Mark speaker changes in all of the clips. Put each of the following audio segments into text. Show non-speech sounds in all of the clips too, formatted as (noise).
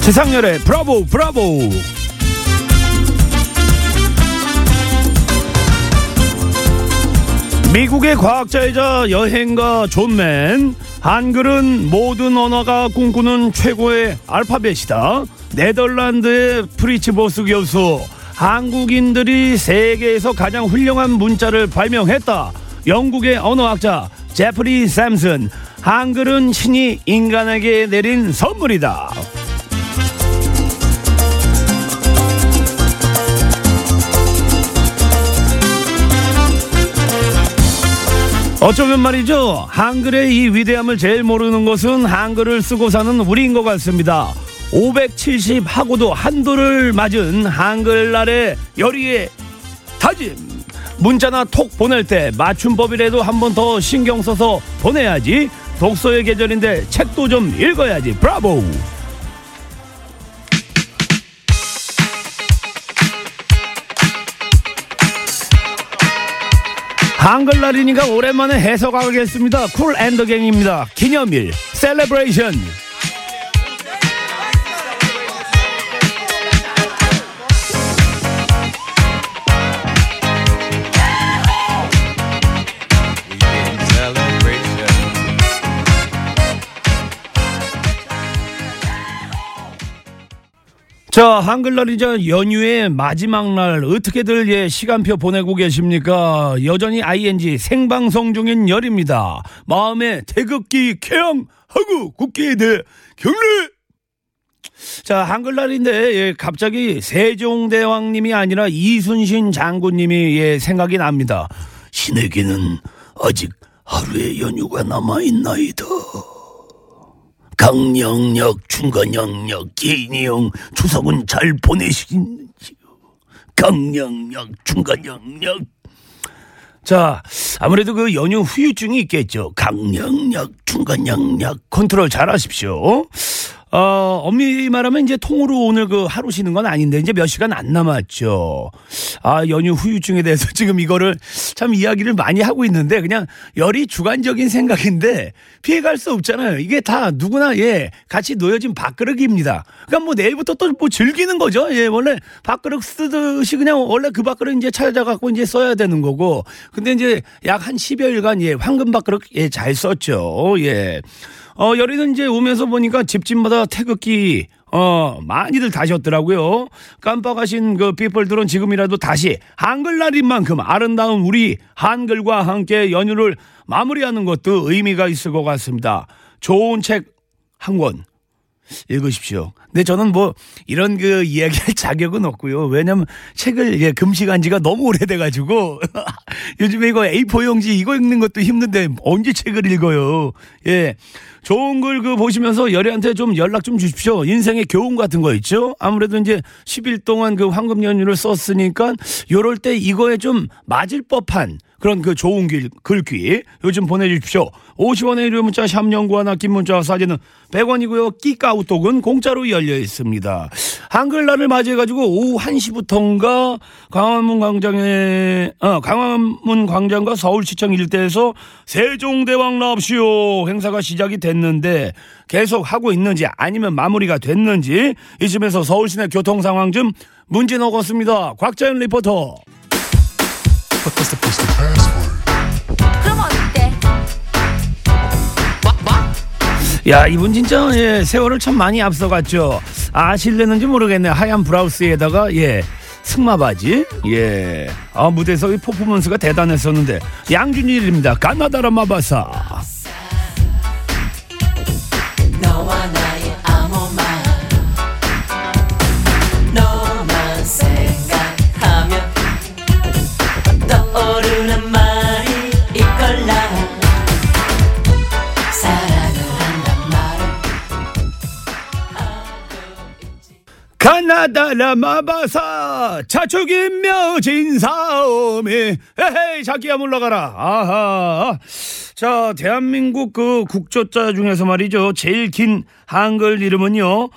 Speaker 1: 지상렬의 브라보 브라보 미국의 과학자이자 여행가 존맨 한글은 모든 언어가 꿈꾸는 최고의 알파벳이다 네덜란드의 프리츠보스 교수 한국인들이 세계에서 가장 훌륭한 문자를 발명했다 영국의 언어학자 제프리 샘슨 한글은 신이 인간에게 내린 선물이다 어쩌면 말이죠. 한글의 이 위대함을 제일 모르는 것은 한글을 쓰고 사는 우리인 것 같습니다. 570하고도 한도를 맞은 한글날의 열의의 다짐. 문자나 톡 보낼 때 맞춤법이라도 한 번 더 신경 써서 보내야지. 독서의 계절인데 책도 좀 읽어야지. 브라보! 한글날이니까 오랜만에 해석하겠습니다. 쿨 앤더갱입니다. 기념일, 셀레브레이션. 자, 한글날이 제 연휴의 마지막 날 어떻게들 예 시간표 보내고 계십니까? 여전히 ING 생방송 중인 열입니다. 마음에 태극기 쾌양하고 국기에 대해 경례 자 한글날인데 예, 갑자기 세종대왕님이 아니라 이순신 장군님이 예, 생각이 납니다. 신에게는 아직 하루의 연휴가 남아 있나이다. 강영역, 중간영역, 기니영 추석은 잘 보내시는지요? 강영역, 중간영역. 자, 아무래도 그 연휴 후유증이 있겠죠. 강영역, 중간영역, 컨트롤 잘 하십시오. 어, 엄밀히 말하면 이제 통으로 오늘 그 하루 쉬는 건 아닌데 이제 몇 시간 안 남았죠. 아, 연휴 후유증에 대해서 (laughs) 지금 이거를 참 이야기를 많이 하고 있는데 그냥 열이 주관적인 생각인데 피해갈 수 없잖아요. 이게 다 누구나 예, 같이 놓여진 밥그릇입니다. 그러니까 뭐 내일부터 또 뭐 즐기는 거죠. 예, 원래 밥그릇 쓰듯이 그냥 원래 그 밥그릇 이제 찾아갖고 이제 써야 되는 거고. 근데 이제 약 한 10여일간 예, 황금 밥그릇 예, 잘 썼죠. 예. 어, 여리는 이제 오면서 보니까 집집마다 태극기 어, 많이들 다셨더라고요. 깜빡하신 그 피플들은 지금이라도 다시 한글날인 만큼 아름다운 우리 한글과 함께 연휴를 마무리하는 것도 의미가 있을 것 같습니다. 좋은 책 한 권. 읽으십시오. 근데 저는 뭐 이런 그 이야기할 (laughs) 자격은 없고요. 왜냐면 책을 예, 금식한 지가 너무 오래돼가지고 (laughs) 요즘에 이거 A4 용지 이거 읽는 것도 힘든데 언제 책을 읽어요. 예, 좋은 글 그 보시면서 열애한테 좀 연락 좀 주십시오. 인생의 교훈 같은 거 있죠. 아무래도 이제 10일 동안 그 황금 연휴를 썼으니까 요럴 때 이거에 좀 맞을 법한 그런 그 좋은 길, 글귀 요즘 보내주십시오. 50원의 유료 문자 샵연구하나 긴 문자 사진은 100원이고요. 끼까우톡은 공짜로 열려 있습니다. 한글날을 맞이해가지고 오후 1시부터인가 광화문 광장에 어, 광화문 광장과 서울시청 일대에서 세종대왕 납시오 행사가 시작이 됐는데 계속 하고 있는지 아니면 마무리가 됐는지 이쯤에서 서울시내 교통 상황 좀 문제 넣었습니다. 곽자연 리포터.
Speaker 2: 그럼 어때?
Speaker 1: 야 이분 진짜 예, 세월을 참 많이 앞서갔죠. 아실래는지 모르겠네. 하얀 브라우스에다가 예 승마 바지 예. 아 무대에서 이 퍼포먼스가 대단했었는데 양준일입니다. 가나다라 마바사.
Speaker 3: 너와 나의 아무 말 너만 생각하면 떠오르는 말이 있걸라 사랑을 한단 말을
Speaker 1: 가나다라 마바사 자축인묘 진사오미 에헤이 자기야 물러가라 아하 자 대한민국 그 국조자 중에서 말이죠 제일 긴 한글 이름은요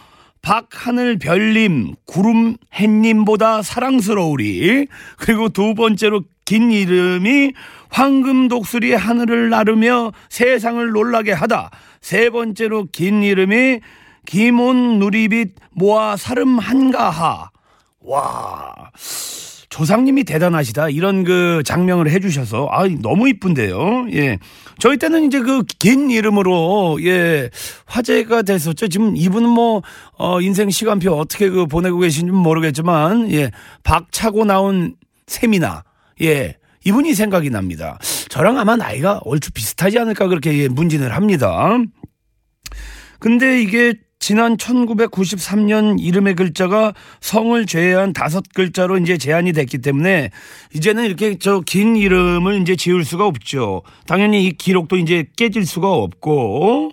Speaker 1: 박하늘 별님 구름 햇님보다 사랑스러우리 그리고 두 번째로 긴 이름이 황금 독수리 하늘을 나르며 세상을 놀라게 하다 세 번째로 긴 이름이 김온 누리빛 모아 사름 한가하. 와. 조상님이 대단하시다 이런 그 장명을 해주셔서 아 너무 이쁜데요. 예, 저희 때는 이제 그 긴 이름으로 예 화제가 됐었죠. 지금 이분은 뭐 어, 인생 시간표 어떻게 그 보내고 계신지 모르겠지만 예 박차고 나온 세미나 예 이분이 생각이 납니다. 저랑 아마 나이가 얼추 비슷하지 않을까 그렇게 예, 문진을 합니다. 근데 이게 지난 1993년 이름의 글자가 성을 제외한 다섯 글자로 이제 제한이 됐기 때문에 이제는 이렇게 저 긴 이름을 이제 지을 수가 없죠. 당연히 이 기록도 이제 깨질 수가 없고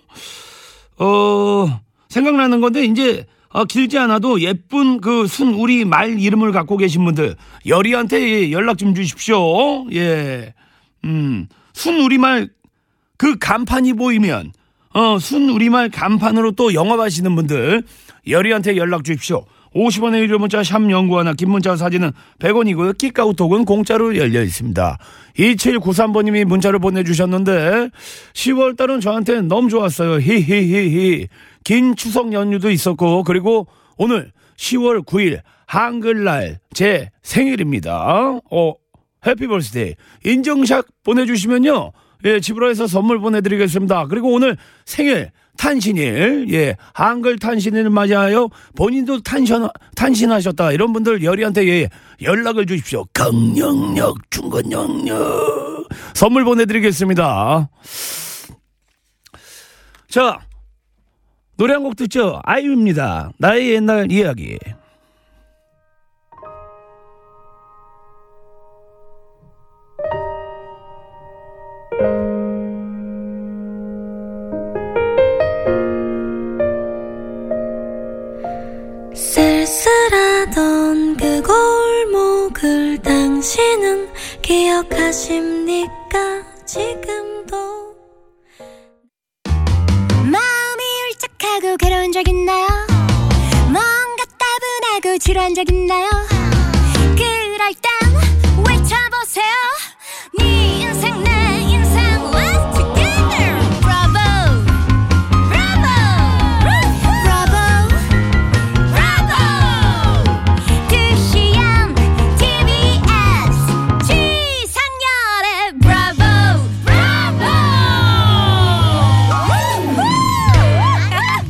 Speaker 1: 어 생각나는 건데 이제 어, 길지 않아도 예쁜 그 순 우리 말 이름을 갖고 계신 분들 여리한테 예, 연락 좀 주십시오. 예. 음. 순 우리말 그 간판이 보이면 어, 순 우리말 간판으로 또 영업하시는 분들 여리한테 연락 주십시오. 50원의 유료 문자 샵 연구하나 긴 문자 사진은 100원이고요. 키카우톡은 공짜로 열려 있습니다. 2793번님이 문자를 보내주셨는데 10월 달은 저한테 너무 좋았어요. 히히히히 긴 추석 연휴도 있었고 그리고 오늘 10월 9일 한글날 제 생일입니다. 어, 해피 벌스데이 인증샷 보내주시면요 예 집으로 해서 선물 보내드리겠습니다 그리고 오늘 생일 탄신일 예 한글 탄신일을 맞이하여 본인도 탄신 탄신하셨다 이런 분들 열이한테 예, 연락을 주십시오 강력력 중간력력 선물 보내드리겠습니다 자 노래 한 곡 듣죠 아이유입니다 나의 옛날 이야기
Speaker 4: 쓸쓸하던 그 골목을 당신은 기억하십니까 지금도 마음이 울적하고 괴로운 적 있나요 뭔가 따분하고 지루한 적 있나요 그럴 땐 외쳐보세요 네 인생 내 인생 Let's together Bravo Bravo Bravo 브라보 두시안 TBS 지상렬의 브라보 브라보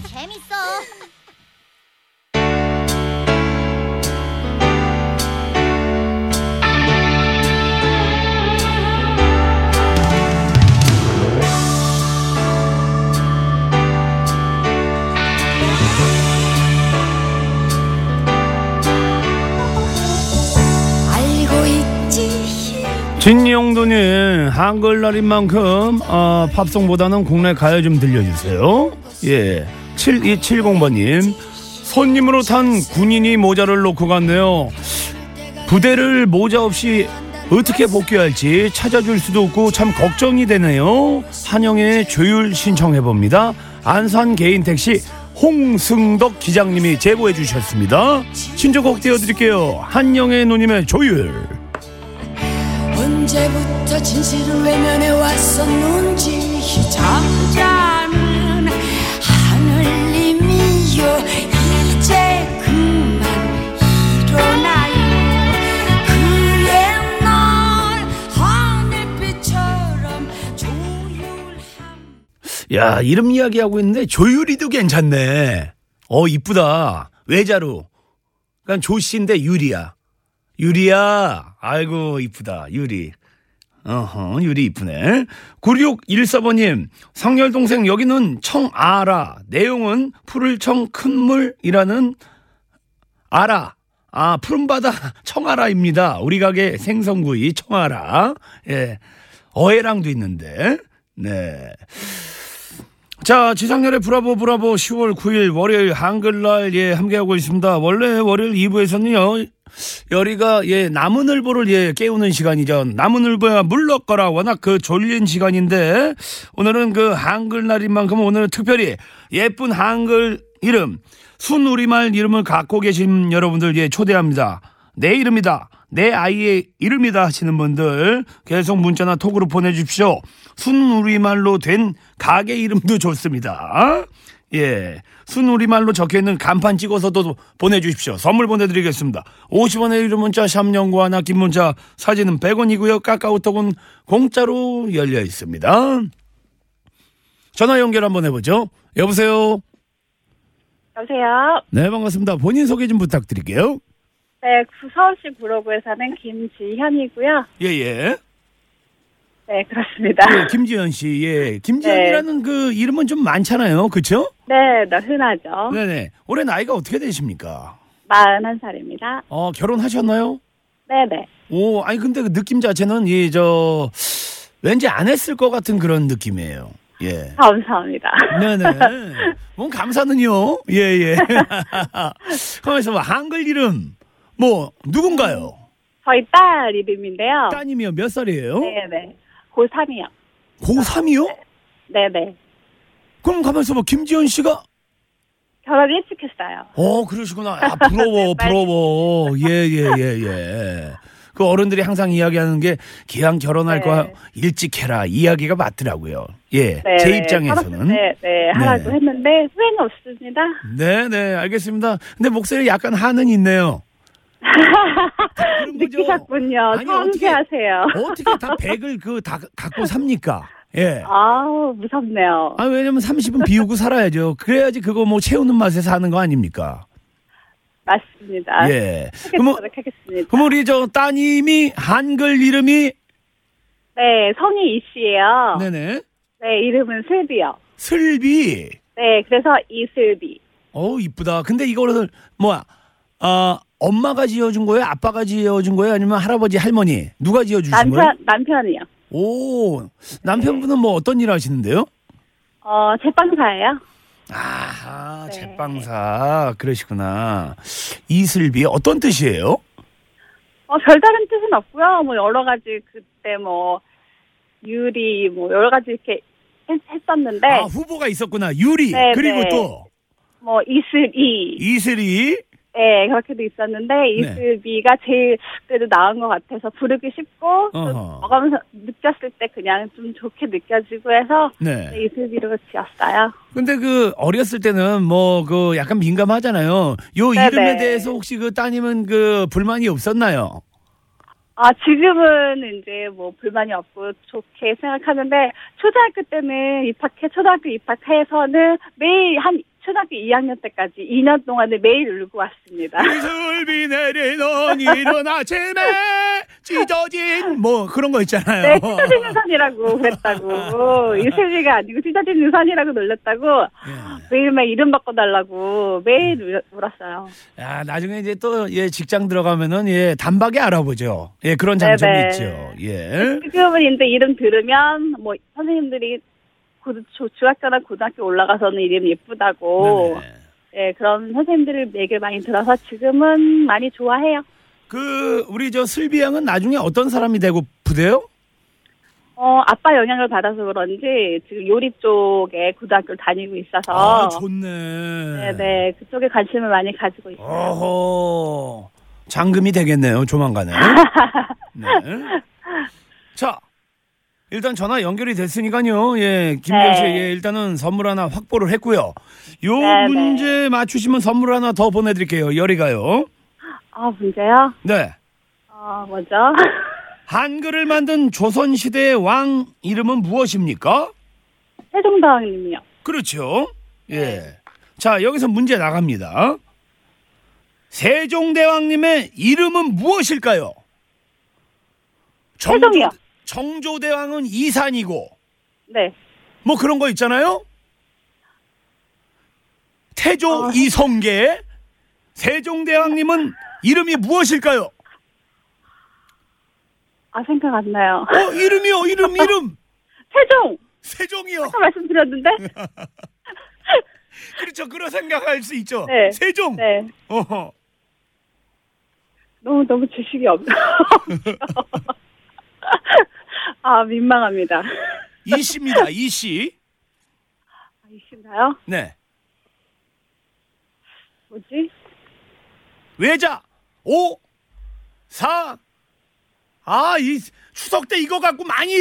Speaker 4: 재밌어 알고 있지
Speaker 1: 진용도님 한글날인 만큼 어, 팝송보다는 국내 가요 좀 들려주세요 예 7270번님 손님으로 탄 군인이 모자를 놓고 갔네요 부대를 모자 없이 어떻게 복귀할지 찾아줄 수도 없고 참 걱정이 되네요 한영의 조율 신청해봅니다 안산 개인택시 홍승덕 기장님이 제보해 주셨습니다 신조곡 띄워드릴게요 한영의 누님의 조율
Speaker 3: 언제부터 진실을 외면해 왔었는지 잠자는 하늘님이여 이제 그만 일어나요 그의 날 하늘빛처럼 조율함
Speaker 1: 야 이름 이야기하고 있는데 조유리도 괜찮네. 어 이쁘다 외자로. 그러니까 조씨인데 유리야. 유리야. 아이고 이쁘다 유리. 어허 유리 이쁘네. 9614번님 성열 동생 여기는 청아라 내용은 푸를 청 큰 물이라는 아라. 아, 푸른바다 (laughs) 청아라입니다. 우리 가게 생선구이 청아라. 예. 어해랑도 있는데. 네. 자, 지상렬의 브라보 브라보 10월 9일 월요일 한글날 예 함께하고 있습니다. 원래 월요일 2부에서는요. 여리가 예 나무늘보를 예 깨우는 시간이죠. 나무늘보야 물러거라 워낙 그 졸린 시간인데 오늘은 그 한글날인 만큼 오늘은 특별히 예쁜 한글 이름 순우리말 이름을 갖고 계신 여러분들 예 초대합니다. 내 이름이다. 내 아이의 이름이다 하시는 분들 계속 문자나 톡으로 보내주십시오. 순우리말로 된 가게 이름도 좋습니다. 예. 순우리말로 적혀있는 간판 찍어서도 보내주십시오. 선물 보내드리겠습니다. 50원의 유료 문자, 샵연구 하나, 긴 문자, 사진은 100원이고요. 카카오톡은 공짜로 열려 있습니다. 전화 연결 한번 해보죠. 여보세요?
Speaker 5: 여보세요.
Speaker 1: 네, 반갑습니다. 본인 소개 좀 부탁드릴게요.
Speaker 5: 네, 구- 서울시 구로구에 사는 김지현이고요.
Speaker 1: 예, 예.
Speaker 5: 네, 그렇습니다.
Speaker 1: 예, 김지현 씨, 예. 김지현이라는 그 이름은 좀 많잖아요. 그쵸?
Speaker 5: 네, 나 흔하죠.
Speaker 1: 네네. 올해 나이가 어떻게 되십니까?
Speaker 5: 41살입니다.
Speaker 1: 어, 결혼하셨나요?
Speaker 5: 네네.
Speaker 1: 오, 아니 근데 그 느낌 자체는 이 저 왠지 안 했을 것 같은 그런 느낌이에요. 예.
Speaker 5: 감사합니다.
Speaker 1: 네네. 뭔 감사는요. 예, (laughs) 예. 그러면서 뭐 한글 이름 뭐 누군가요?
Speaker 5: (laughs) 저희 딸 이름인데요.
Speaker 1: 따님이요. 몇 살이에요?
Speaker 5: 네네. 고3이요.
Speaker 1: 고3이요?
Speaker 5: 네네.
Speaker 1: 그럼 가면서 뭐 김지현 씨가
Speaker 5: 결혼 일찍 했어요.
Speaker 1: 어, 그러시구나. 아,
Speaker 5: (laughs) 네,
Speaker 1: 부러워, 부러워. 예, 예, 예, 예. 그 어른들이 항상 이야기하는 게 기왕 결혼할
Speaker 5: 네.
Speaker 1: 거 일찍 해라 이야기가 맞더라고요. 예, 제 입장에서는.
Speaker 5: 네, 네, 하라고
Speaker 1: 네.
Speaker 5: 했는데 후회는 없습니다.
Speaker 1: 네, 네, 알겠습니다. 근데 목소리 약간 한은 있네요. 그런 거죠.
Speaker 5: 느끼셨군요.
Speaker 1: 아니, 어떻게-
Speaker 5: 성쾌하세요.
Speaker 1: 어떻게 다 100을 그 다 갖고 삽니까? 예.
Speaker 5: 아우, 무섭네요.
Speaker 1: 아, 왜냐면 30은 비우고 살아야죠. 그래야지 그거 뭐 채우는 맛에 사는 거 아닙니까?
Speaker 5: 맞습니다.
Speaker 1: 예. 그럼,
Speaker 5: 하겠도록 하겠습니다.
Speaker 1: 그럼 우리 저 따님이 한글 이름이
Speaker 5: 네, 성이 이 씨예요.
Speaker 1: 네네.
Speaker 5: 네, 이름은 슬비요.
Speaker 1: 슬비.
Speaker 5: 네, 그래서 이슬비.
Speaker 1: 어우, 이쁘다. 근데 이거를 뭐야? 아, 엄마가 지어준 거예요? 아빠가 지어준 거예요? 아니면 할아버지, 할머니? 누가 지어주신 거예요?
Speaker 5: 남편, 남편이요.
Speaker 1: 오, 남편분은 뭐 어떤 일 하시는데요?
Speaker 5: 어, 제빵사예요.
Speaker 1: 아하,
Speaker 5: 네.
Speaker 1: 제빵사. 그러시구나. 이슬비, 어떤 뜻이에요?
Speaker 5: 어, 별다른 뜻은 없고요. 뭐, 여러 가지, 그때 뭐, 유리, 뭐, 여러 가지 이렇게 했, 했었는데,
Speaker 1: 아, 후보가 있었구나. 유리.
Speaker 5: 네,
Speaker 1: 그리고
Speaker 5: 네.
Speaker 1: 또,
Speaker 5: 뭐, 이슬이.
Speaker 1: 이슬이.
Speaker 5: 네, 그렇게도 있었는데, 이슬비가 제일 그래도 나은 것 같아서 부르기 쉽고, 좀
Speaker 1: 어허.
Speaker 5: 먹으면서 느꼈을 때 그냥 좀 좋게 느껴지고 해서,
Speaker 1: 네.
Speaker 5: 이슬비로 지었어요.
Speaker 1: 근데 그 어렸을 때는 뭐 그 약간 민감하잖아요. 요
Speaker 5: 네,
Speaker 1: 이름에
Speaker 5: 네.
Speaker 1: 대해서 혹시 그 따님은 그 불만이 없었나요?
Speaker 5: 아, 지금은 이제 뭐 불만이 없고 좋게 생각하는데, 초등학교 때는 입학해, 초등학교 입학해서는 매일 한, 초등학교 2학년 때까지 2년 동안을 매일 울고 왔습니다.
Speaker 1: (laughs) 이슬비 내리던 (laughs) 이른 아침에 찢어진 뭐 그런 거 있잖아요.
Speaker 5: 네, 찢어지는 산이라고
Speaker 1: (laughs)
Speaker 5: 그랬다고. 이슬비가 아니고 찢어지는 산이라고 놀렸다고.
Speaker 1: 예.
Speaker 5: 매일매일 이름 바꿔달라고 매일 울- 울었어요.
Speaker 1: 아, 나중에 이제 또 예, 직장 들어가면은 예, 단박에 알아보죠. 예, 그런
Speaker 5: 네,
Speaker 1: 장점이
Speaker 5: 네.
Speaker 1: 있죠. 예.
Speaker 5: 지금은 이제 이름 들으면 뭐 선생님들이 고- 조- 중학교나 고등학교 올라가서는 이름 예쁘다고
Speaker 1: 네, 네.
Speaker 5: 예, 그런 선생님들을 얘기를 많이 들어서 지금은 많이 좋아해요.
Speaker 1: 그 우리 저 슬비 양은 나중에 어떤 사람이 되고 부대요?
Speaker 5: 어, 아빠 영향을 받아서 그런지 지금 요리 쪽에 고등학교를 다니고 있어서
Speaker 1: 아, 좋네. 아.
Speaker 5: 네, 네. 그쪽에 관심을 많이 가지고 있어요.
Speaker 1: 어허. 장금이 되겠네요,
Speaker 5: (laughs)
Speaker 1: 조만간에. 네. 자, 일단 전화 연결이 됐으니까요. 예, 김경 씨,
Speaker 5: 네.
Speaker 1: 예, 일단은 선물 하나 확보를 했고요. 요
Speaker 5: 네,
Speaker 1: 문제 맞추시면 선물 하나 더 보내드릴게요. 열이가요.
Speaker 5: 아, 문제요?
Speaker 1: 네.
Speaker 5: 아, 뭐죠? (laughs)
Speaker 1: 한글을 만든 조선시대의 왕 이름은 무엇입니까?
Speaker 5: 세종대왕님이요.
Speaker 1: 그렇죠. 예. 자, 여기서 문제 나갑니다. 세종대왕님의 이름은 무엇일까요? 정조-
Speaker 5: 세종이요.
Speaker 1: 정조대왕은 이산이고,
Speaker 5: 네.
Speaker 1: 뭐 그런 거 있잖아요? 태조
Speaker 5: 어.
Speaker 1: 이성계. 세종대왕님은 이름이 무엇일까요?
Speaker 5: 아, 생각 안 나요. (laughs)
Speaker 1: 어, 이름이요, 이름, 이름.
Speaker 5: 세종!
Speaker 1: 세종이요. (laughs)
Speaker 5: 아까 말씀드렸는데?
Speaker 1: 그렇죠. 그런 생각할 수 있죠.
Speaker 5: 네.
Speaker 1: 세종.
Speaker 5: 네.
Speaker 1: 어허.
Speaker 5: 너무 너무 지식이 없어. (laughs) 아 민망합니다.
Speaker 1: 이씨입니다, 이씨.
Speaker 5: 이신가요?
Speaker 1: 네.
Speaker 5: 뭐지?
Speaker 1: 외자 오 사 아 이 추석 때 이거 갖고 많이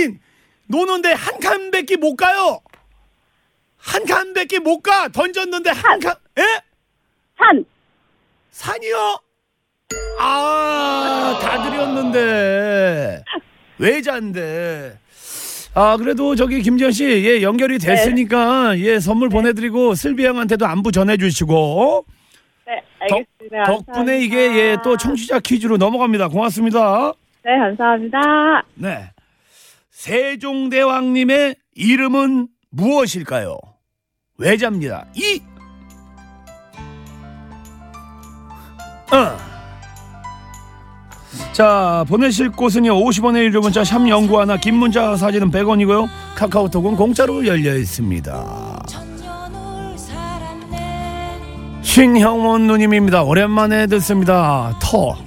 Speaker 1: 노는데 한 칸밖에 못 가요 한 칸밖에 내끼 못 가. 던졌는데 한 칸. 예?
Speaker 5: 산.
Speaker 1: 산이요? 아, 다 드렸는데. 외자인데. 아, 그래도 저기 김지현 씨, 예, 연결이 됐으니까, 예, 선물 보내드리고, 슬비 형한테도 안부 전해주시고,
Speaker 5: 네,
Speaker 1: 덕,
Speaker 5: 알겠습니다.
Speaker 1: 덕분에 이게, 예, 또 청취자 퀴즈로 넘어갑니다. 고맙습니다.
Speaker 5: 네, 감사합니다.
Speaker 1: 네. 세종대왕님의 이름은 무엇일까요? 외자입니다. 이. 어. 자, 보내실 곳은요. 50원의 유료 문자 샵 연구 하나, 긴 문자 사진은 100원이고요. 카카오톡은 공짜로 열려 있습니다.
Speaker 6: 천년을 살았네
Speaker 1: 신형원 누님입니다. 오랜만에 듣습니다. 터.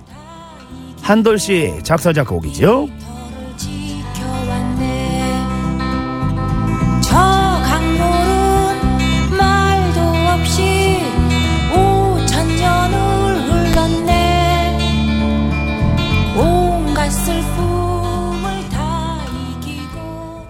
Speaker 1: 한돌 씨 작사 작곡이죠?
Speaker 6: 터를 지켜왔네 저 강물은 말도 없이 오천년을 흘렀네 온갖 슬픔을 다 이기고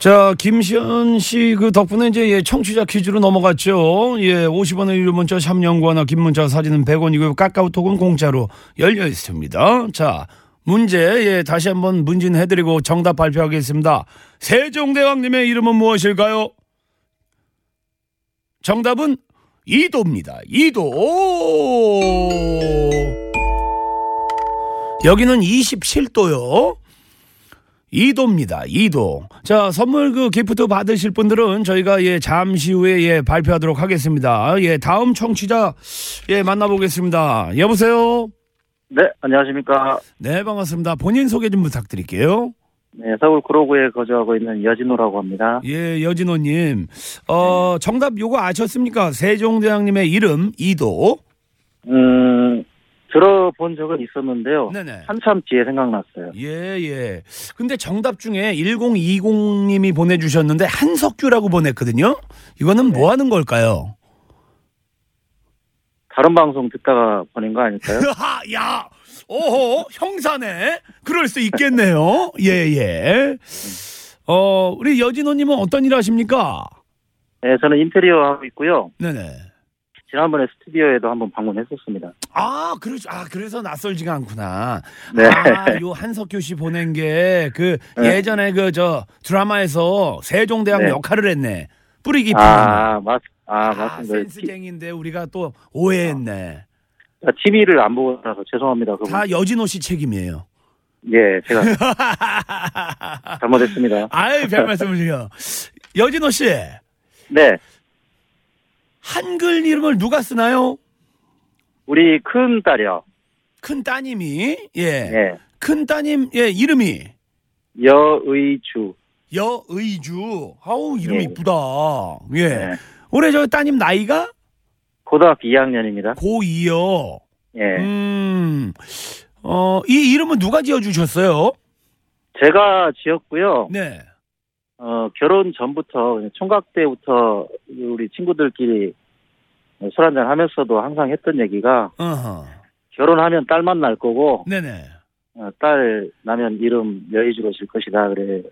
Speaker 1: 자, 김시현 씨 그 덕분에 이제 예, 청취자 퀴즈로 넘어갔죠. 예, 50원의 유료 문자 샵 연구하나 긴 문자 사진은 100원이고요. 카카오톡은 공짜로 열려 있습니다. 자, 문제 예, 다시 한번 문진해 드리고 정답 발표하겠습니다. 세종대왕님의 이름은 무엇일까요? 정답은 이도입니다. 이도. 여기는 27도요. 2도입니다. 2도. 자, 선물 그 기프트 받으실 분들은 저희가 예, 잠시 후에 예, 발표하도록 하겠습니다. 예, 다음 청취자 예, 만나보겠습니다. 여보세요?
Speaker 7: 네, 안녕하십니까.
Speaker 1: 네, 반갑습니다. 본인 소개 좀 부탁드릴게요.
Speaker 7: 네, 서울 구로구에 거주하고 있는 여진호라고 합니다.
Speaker 1: 예, 여진호님. 어, 정답 요거 아셨습니까? 세종대왕님의 이름 2도.
Speaker 7: 음, 들어본 적은 있었는데요.
Speaker 1: 네네.
Speaker 7: 한참 뒤에 생각났어요.
Speaker 1: 예, 예. 근데 정답 중에 1020님이 보내주셨는데 한석규라고 보냈거든요? 이거는 뭐 하는 걸까요?
Speaker 7: 다른 방송 듣다가 보낸 거 아닐까요?
Speaker 1: 하, 야, 오호, 형사네. 그럴 수 있겠네요. 예, 예. 어, 우리 여진호님은 어떤 일 하십니까?
Speaker 7: 네, 저는 인테리어 하고 있고요.
Speaker 1: 네네.
Speaker 7: 지난번에 스튜디오에도 한번 방문했었습니다.
Speaker 1: 아, 그러, 아, 그래서 낯설지가 않구나.
Speaker 7: 네.
Speaker 1: 아, 요 한석규 씨 보낸 게 그
Speaker 7: 네.
Speaker 1: 예전에 그 저 드라마에서 세종대왕
Speaker 7: 네.
Speaker 1: 역할을 했네. 뿌리 깊이.
Speaker 7: 아, 맞, 아,
Speaker 1: 아,
Speaker 7: 맞습니다. 티-
Speaker 1: 센스쟁인데 우리가 또 오해했네.
Speaker 7: 아, TV를 안 보고 나서 죄송합니다. 그분.
Speaker 1: 다 여진호 씨 책임이에요. (laughs)
Speaker 7: 예, 제가 잘못했습니다.
Speaker 1: 아이,
Speaker 7: (laughs)
Speaker 1: 별 말씀을요. 여진호 씨.
Speaker 7: 네,
Speaker 1: 한글 이름을 누가 쓰나요?
Speaker 7: 우리 큰 딸이요.
Speaker 1: 큰 따님이 예.
Speaker 7: 예,
Speaker 1: 큰 따님 예 이름이
Speaker 7: 여의주.
Speaker 1: 여의주. 아우 이름
Speaker 7: 예.
Speaker 1: 이쁘다. 예.
Speaker 7: 네.
Speaker 1: 올해 저 따님 나이가
Speaker 7: 고등학교 2학년입니다.
Speaker 1: 고2요.
Speaker 7: 예.
Speaker 1: 음. 어, 이 이름은 누가 지어 주셨어요?
Speaker 7: 제가 지었고요.
Speaker 1: 네.
Speaker 7: 어, 결혼 전부터 그냥 총각 때부터 우리 친구들끼리 술 한잔 하면서도 항상 했던 얘기가
Speaker 1: 어허.
Speaker 7: 결혼하면 딸만 날 거고
Speaker 1: 네네.
Speaker 7: 어, 딸 나면 이름 여의주로 질 것이다 그래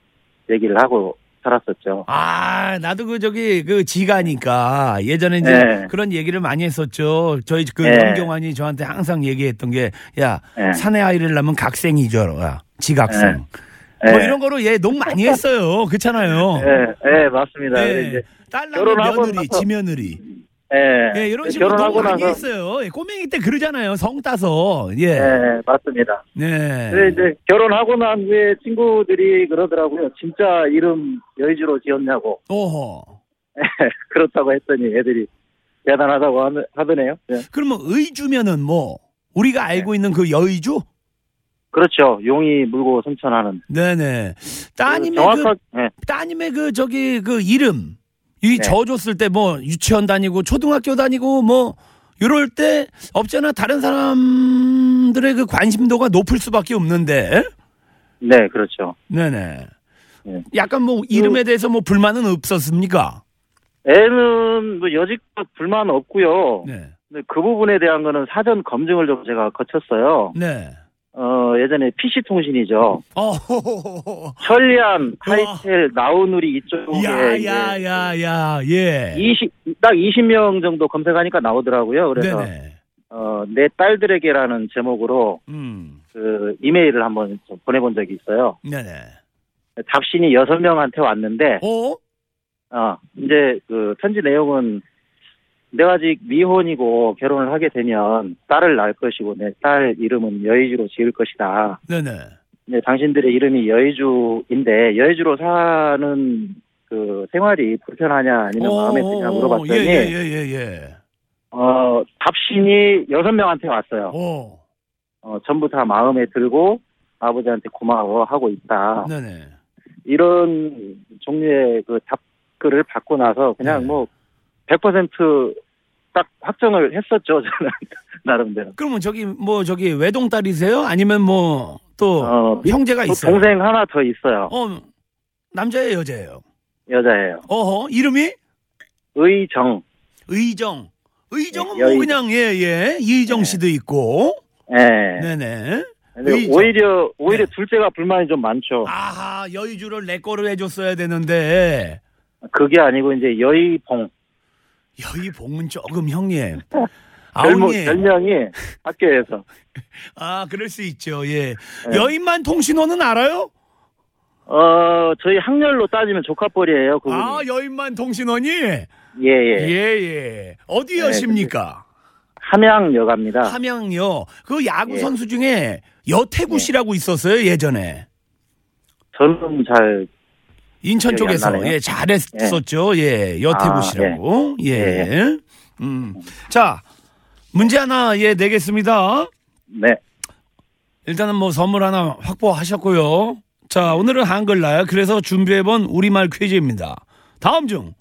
Speaker 7: 얘기를 하고 살았었죠.
Speaker 1: 아, 나도 그 저기 그 지가니까 예전에 이제
Speaker 7: 네.
Speaker 1: 그런 얘기를 많이 했었죠. 저희 그
Speaker 7: 네.
Speaker 1: 연경환이 저한테 항상 얘기했던 게 야,
Speaker 7: 네.
Speaker 1: 사내 아이를 낳으면 각생이죠. 야, 지각생.
Speaker 7: 예,
Speaker 1: 뭐 이런 거로 얘 농 많이 했어요. 그렇잖아요.
Speaker 7: 예, (laughs) 예, 맞습니다.
Speaker 1: 예.
Speaker 7: 이제
Speaker 1: 딸 낳으면
Speaker 7: 결혼하고
Speaker 1: 며느리,
Speaker 7: 나서-
Speaker 1: 지며느리.
Speaker 7: 예,
Speaker 1: 예, 이런 식으로 농
Speaker 7: 결혼하고
Speaker 1: 많이
Speaker 7: 나서
Speaker 1: 했어요. 예, 꼬맹이 때 그러잖아요. 성 따서. 예.
Speaker 7: 예, 맞습니다.
Speaker 1: 네.
Speaker 7: 근데 이제 결혼하고 난 후에 친구들이 그러더라고요. 진짜 이름 여의주로 지었냐고.
Speaker 1: 오호.
Speaker 7: 그렇다고 했더니 애들이 대단하다고 하느- 하더네요. 예.
Speaker 1: 그러면 의주면은 뭐 우리가 알고 있는 그 여의주?
Speaker 7: 그렇죠. 용이 물고 승천하는.
Speaker 1: 네네. 따님의 그
Speaker 7: 정확하게 예.
Speaker 1: 따님의 그 저기 그 이름 이
Speaker 7: 네.
Speaker 1: 져줬을 때 뭐 유치원 다니고 초등학교 다니고 뭐 이럴 때 없잖아 다른 사람들의 그 관심도가 높을 수밖에 없는데
Speaker 7: 네, 그렇죠.
Speaker 1: 네네
Speaker 7: 네.
Speaker 1: 약간 뭐 이름에 대해서 뭐 불만은 없었습니까?
Speaker 7: 애는 뭐 여지껏 불만 없고요.
Speaker 1: 네.
Speaker 7: 근데 그 부분에 대한 거는 사전 검증을 좀 제가 거쳤어요.
Speaker 1: 네.
Speaker 7: 어, 예전에 PC 통신이죠.
Speaker 1: 어,
Speaker 7: 천리안, 하이텔, 나우누리 이쪽에
Speaker 1: 야,
Speaker 7: 이제
Speaker 1: 야, 야, 야, 예.
Speaker 7: 20, 딱 20명 정도 검색하니까 나오더라고요. 그래서
Speaker 1: 네네.
Speaker 7: 어, 내 딸들에게라는 제목으로
Speaker 1: 음,
Speaker 7: 그 이메일을 한번 좀 보내본 적이 있어요.
Speaker 1: 네네.
Speaker 7: 답신이 6명한테 왔는데
Speaker 1: 어?
Speaker 7: 어, 이제 그 편지 내용은 네 내가 아직 미혼이고 결혼을 하게 되면 딸을 낳을 것이고 내 딸 이름은 여의주로 지을 것이다.
Speaker 1: 네네.
Speaker 7: 네, 당신들의 이름이 여의주인데 여의주로 사는 그 생활이 불편하냐 아니면 마음에 드냐 물어봤더니
Speaker 1: 어, 예, 예, 예, 예, 예.
Speaker 7: 어 답신이 여섯 명한테 왔어요.
Speaker 1: 어,
Speaker 7: 어, 전부 다 마음에 들고 아버지한테 고마워하고 있다.
Speaker 1: 네네.
Speaker 7: 이런 종류의 그 답글을 받고 나서 그냥
Speaker 1: 네.
Speaker 7: 뭐 100%딱 확정을 했었죠 저는 (laughs) 나름대로.
Speaker 1: 그러면 저기 뭐 저기 외동딸이세요? 아니면 뭐 또
Speaker 7: 어,
Speaker 1: 형제가
Speaker 7: 또
Speaker 1: 있어요?
Speaker 7: 동생 하나 더 있어요.
Speaker 1: 어, 남자예요, 여자예요?
Speaker 7: 여자예요.
Speaker 1: 어허, 이름이?
Speaker 7: 의정.
Speaker 1: 의정. 의정은
Speaker 7: 예,
Speaker 1: 뭐
Speaker 7: 여의-
Speaker 1: 그냥 예, 예. 이정
Speaker 7: 네.
Speaker 1: 씨도 있고.
Speaker 7: 예.
Speaker 1: 네네.
Speaker 7: 근데
Speaker 1: 의정. 네.
Speaker 7: 오히려 오히려 둘째가 불만이 좀 많죠.
Speaker 1: 아하, 여의주를 내 거로 해줬어야 되는데.
Speaker 7: 그게 아니고 이제 여의봉
Speaker 1: 여의봉은 조금 형님.
Speaker 7: 어. 별명, 뭐.
Speaker 1: 아우님.
Speaker 7: 별명이 학교에서
Speaker 1: 아, 그럴 수 있죠. 예.
Speaker 7: 네.
Speaker 1: 여인만 통신원은 알아요?
Speaker 7: 어 저희 학렬로 따지면 조카뻘이에요 그분이
Speaker 1: 아, 여인만 통신원이? 예,
Speaker 7: 어, 예. 예예 예,
Speaker 1: 예. 어디 여십니까?
Speaker 7: 함양 여가입니다
Speaker 1: 함양요. 그 야구
Speaker 7: 예.
Speaker 1: 선수 중에 여태구 씨라고 있었어요, 예전에.
Speaker 7: 저는 잘
Speaker 1: 인천
Speaker 7: 기억이 안
Speaker 1: 쪽에서
Speaker 7: 나네요.
Speaker 1: 예 잘했었죠 예 여태구
Speaker 7: 아,
Speaker 1: 씨라고
Speaker 7: 예.
Speaker 1: 예음자 문제 하나 예 내겠습니다
Speaker 7: 네.
Speaker 1: 일단은 뭐 선물 하나 확보하셨고요 자 오늘은 한글날 그래서 준비해본 우리말 퀴즈입니다 다음 중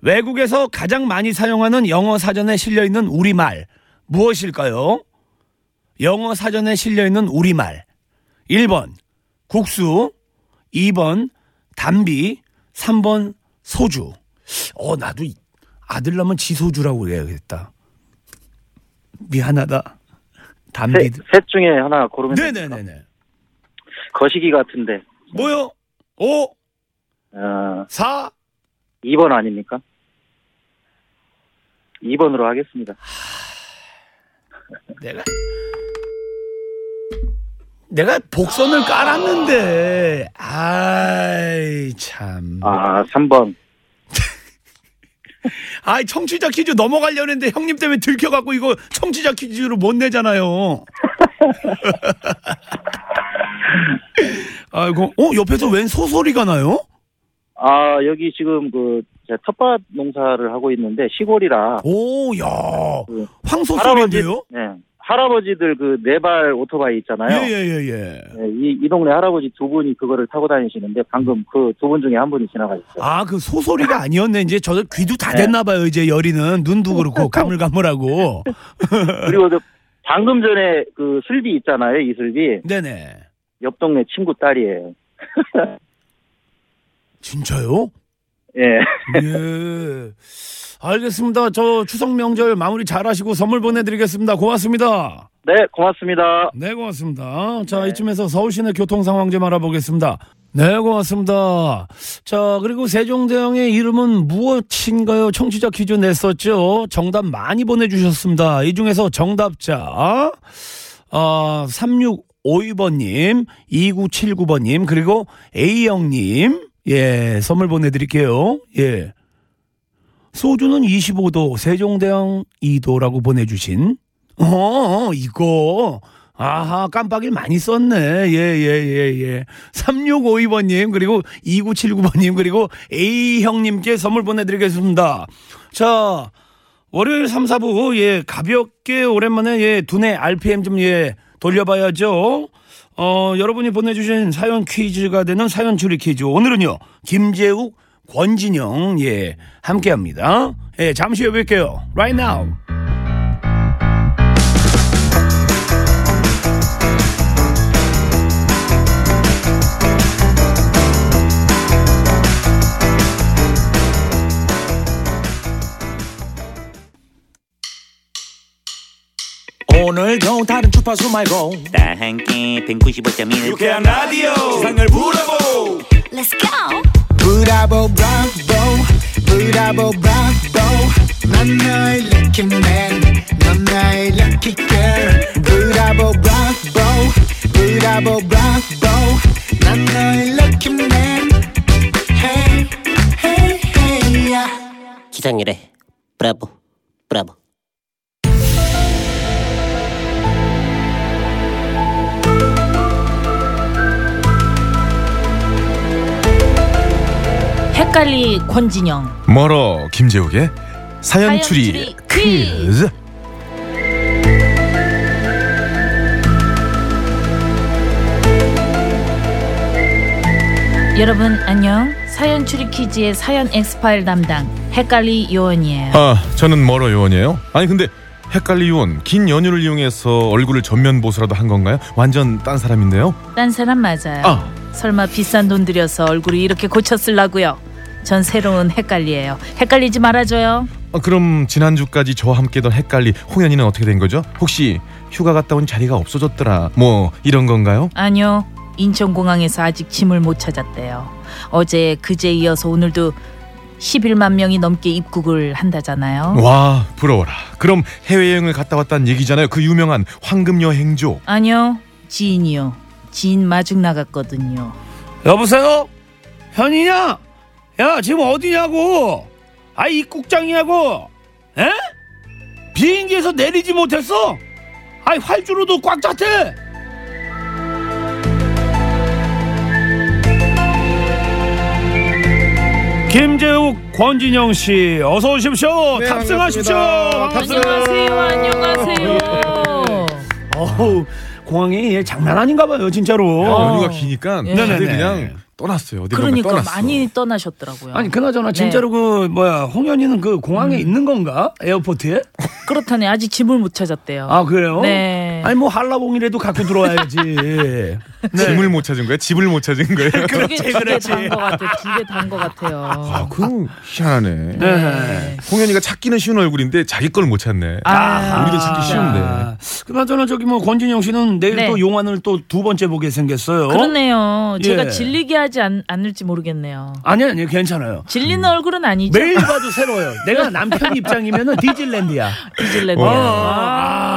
Speaker 1: 외국에서 가장 많이 사용하는 영어 사전에 실려 있는 우리말 무엇일까요 영어 사전에 실려 있는 우리말 1번 국수 2번 담비, 3번 소주. 어, 나도 이- 아들 나면 지소주라고 해야겠다. 미안하다. 담비.
Speaker 7: 셋, 셋 중에 하나 고르면 됩니까?
Speaker 1: 네네네네.
Speaker 7: 거시기 같은데
Speaker 1: 뭐요? 5,
Speaker 7: 어,
Speaker 1: 4.
Speaker 7: 2번 아닙니까? 2번으로 하겠습니다
Speaker 1: 내가 내가 복선을 깔았는데. 아이 참.
Speaker 7: 아 3번
Speaker 1: 아이 청취자 퀴즈 넘어가려고 했는데 형님 때문에 들켜갖고 이거 청취자 퀴즈로 못 내잖아요. 아이고, 어 옆에서 웬 소소리가 나요?
Speaker 7: 아 여기 지금 그 제가 텃밭 농사를 하고 있는데 시골이라
Speaker 1: 오, 야,
Speaker 7: 그
Speaker 1: 황소
Speaker 7: 할아버지
Speaker 1: 소리인데요?
Speaker 7: 네. 할아버지들 그 네 발 오토바이 있잖아요
Speaker 1: 예예예 예.
Speaker 7: 네, 이, 이 동네 할아버지 두 분이 그거를 타고 다니시는데 방금 그 두 분 중에 한 분이 지나가셨어요.
Speaker 1: 아 그 소소리가 아니었네. 이제 저 귀도 다
Speaker 7: 네.
Speaker 1: 됐나봐요. 이제 여리는 눈도 그렇고 가물가물하고. 아, 예.
Speaker 7: 그리고 저 방금 전에 그 슬비 있잖아요, 이슬비.
Speaker 1: 네네.
Speaker 7: 옆 동네 친구 딸이에요.
Speaker 1: 진짜요?
Speaker 7: 예. (laughs)
Speaker 1: 예. 알겠습니다. 저 추석 명절 마무리 잘하시고 선물 보내드리겠습니다. 고맙습니다.
Speaker 7: 네, 고맙습니다. 네.
Speaker 1: 네, 고맙습니다. 자, 이쯤에서 서울시내 교통 상황 좀 알아보겠습니다. 네, 고맙습니다. 자, 그리고 세종대왕의 이름은 무엇인가요? 청취자 퀴즈 냈었죠. 정답 많이 보내주셨습니다. 이 중에서 정답자, 아, 3652번님, 2979번님, 그리고 A영님, 예, 선물 보내드릴게요. 예. 소주는 25도, 세종대왕 2도라고 보내주신 어, 이거. 아하, 깜빡이를 많이 썼네. 예, 예, 예, 예. 3652번님, 그리고 2979번님, 그리고 A형님께 선물 보내드리겠습니다. 자, 월요일 3, 4부, 예, 가볍게 오랜만에, 예, 두뇌 RPM 좀, 예, 돌려봐야죠. 어, 여러분이 보내주신 사연 퀴즈가 되는 사연 추리 퀴즈. 오늘은요, 김재욱, 권진영, 예, 함께 합니다. 예, 잠시 후에 뵐게요. Right now.
Speaker 8: 오늘도 다른 주파수 말고
Speaker 9: 다 함께 195.1
Speaker 8: 유쾌한 라디오 세상을 부러보
Speaker 4: Let's go.
Speaker 8: 브라보 브라보 브라보 브라보 난 나의 lucky man 넌 나의 lucky girl 브라보 브라보 브라보 브라보 난 나의 lucky man hey hey hey yeah.
Speaker 9: 기상일에 브라보 브라보
Speaker 3: 헷갈리 권진영
Speaker 2: 멀어 김재욱의 사연
Speaker 3: 사연
Speaker 2: 추리
Speaker 3: 추리
Speaker 2: 퀴즈
Speaker 3: 여러분 안녕 사연 추리 퀴즈의 사연 엑스파일 담당 헷갈리 요원이에요
Speaker 2: 아 저는 멀어 요원이에요 아니 근데 헷갈리 요원 긴 연유를 이용해서 얼굴을 전면 보수라도 한 건가요? 완전 딴 사람인데요
Speaker 3: 딴 사람 맞아요
Speaker 2: 아.
Speaker 3: 설마 비싼 돈 들여서 얼굴을 이렇게 고쳤을라고요 전 새로운 헷갈리예요 헷갈리지 말아줘요
Speaker 2: 아, 그럼 지난주까지 저와 함께던 헷갈리 홍현이는 어떻게 된 거죠? 혹시 휴가 갔다 온 자리가 없어졌더라 뭐 이런 건가요?
Speaker 3: 아니요 인천공항에서 아직 짐을 못 찾았대요 어제 그제 이어서 오늘도 11만 명이 넘게 입국을
Speaker 2: 어.
Speaker 3: 한다잖아요
Speaker 2: 와 부러워라 그럼 해외여행을 갔다 왔다는 얘기잖아요 그 유명한 황금여행족
Speaker 3: 아니요 지인이요 지인 마중 나갔거든요
Speaker 1: 여보세요? 현이냐? 야, 지금 어디냐고? 아, 입국장이냐고? 에? 비행기에서 내리지 못했어? 아이, 활주로도 꽉 찼대! 김재욱, 권진영 씨, 어서 오십시오.
Speaker 2: 네,
Speaker 1: 탑승하십시오.
Speaker 2: 반갑습니다.
Speaker 1: 반갑습니다.
Speaker 3: 안녕하세요 어, 안녕하세요
Speaker 1: 어우, 공항이 얘 장난 아닌가 봐요, 진짜로.
Speaker 2: 연휴가 기니까 다들
Speaker 1: 네네네.
Speaker 2: 그냥 떠났어요 어디론가
Speaker 3: 어. 그러니까
Speaker 2: 떠났어 네.
Speaker 3: 많이 떠나셨더라고요.
Speaker 1: 아니 그나저나 진짜로 그 뭐야 홍현이는 그 공항에 있는 건가 에어포트에?
Speaker 3: 그렇다네 아직 짐을 못 찾았대요.
Speaker 1: 아 그래요?
Speaker 3: 네.
Speaker 1: 아니 뭐 한라봉이라도 갖고 들어와야지. 네.
Speaker 2: 짐을 못 찾은 거야? 집을 못 찾은 거예요?
Speaker 3: 그게 집에 단것 같아요. 집에 단것 같아요.
Speaker 2: 아, 그건 희한하네.
Speaker 1: 네.
Speaker 2: 홍현이가 찾기는 쉬운 얼굴인데 자기 걸 못 찾네.
Speaker 3: 아,
Speaker 2: 우리도 찾기 쉬운데.
Speaker 1: 아, 그나저나 저기 뭐 권진영 씨는 내일
Speaker 3: 네.
Speaker 1: 또 용안을 또 두 번째 보게 생겼어요.
Speaker 3: 그렇네요. 제가
Speaker 1: 예.
Speaker 3: 질리게 하지 않, 않을지 모르겠네요.
Speaker 1: 아니 아니 괜찮아요.
Speaker 3: 질리는 얼굴은 아니죠.
Speaker 1: 매일 봐도 새로워요. 내가 남편 입장이면은 디질랜드야.
Speaker 3: 디질랜드.
Speaker 2: 어.
Speaker 3: 아.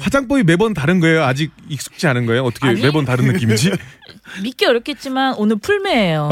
Speaker 2: 화장법이 매번 다른 거예요? 아직 익숙지 않은 거예요? 어떻게
Speaker 3: 아니.
Speaker 2: 매번 다른
Speaker 3: (laughs)
Speaker 2: 느낌이지?
Speaker 3: 믿기 어렵겠지만 오늘 풀매예요.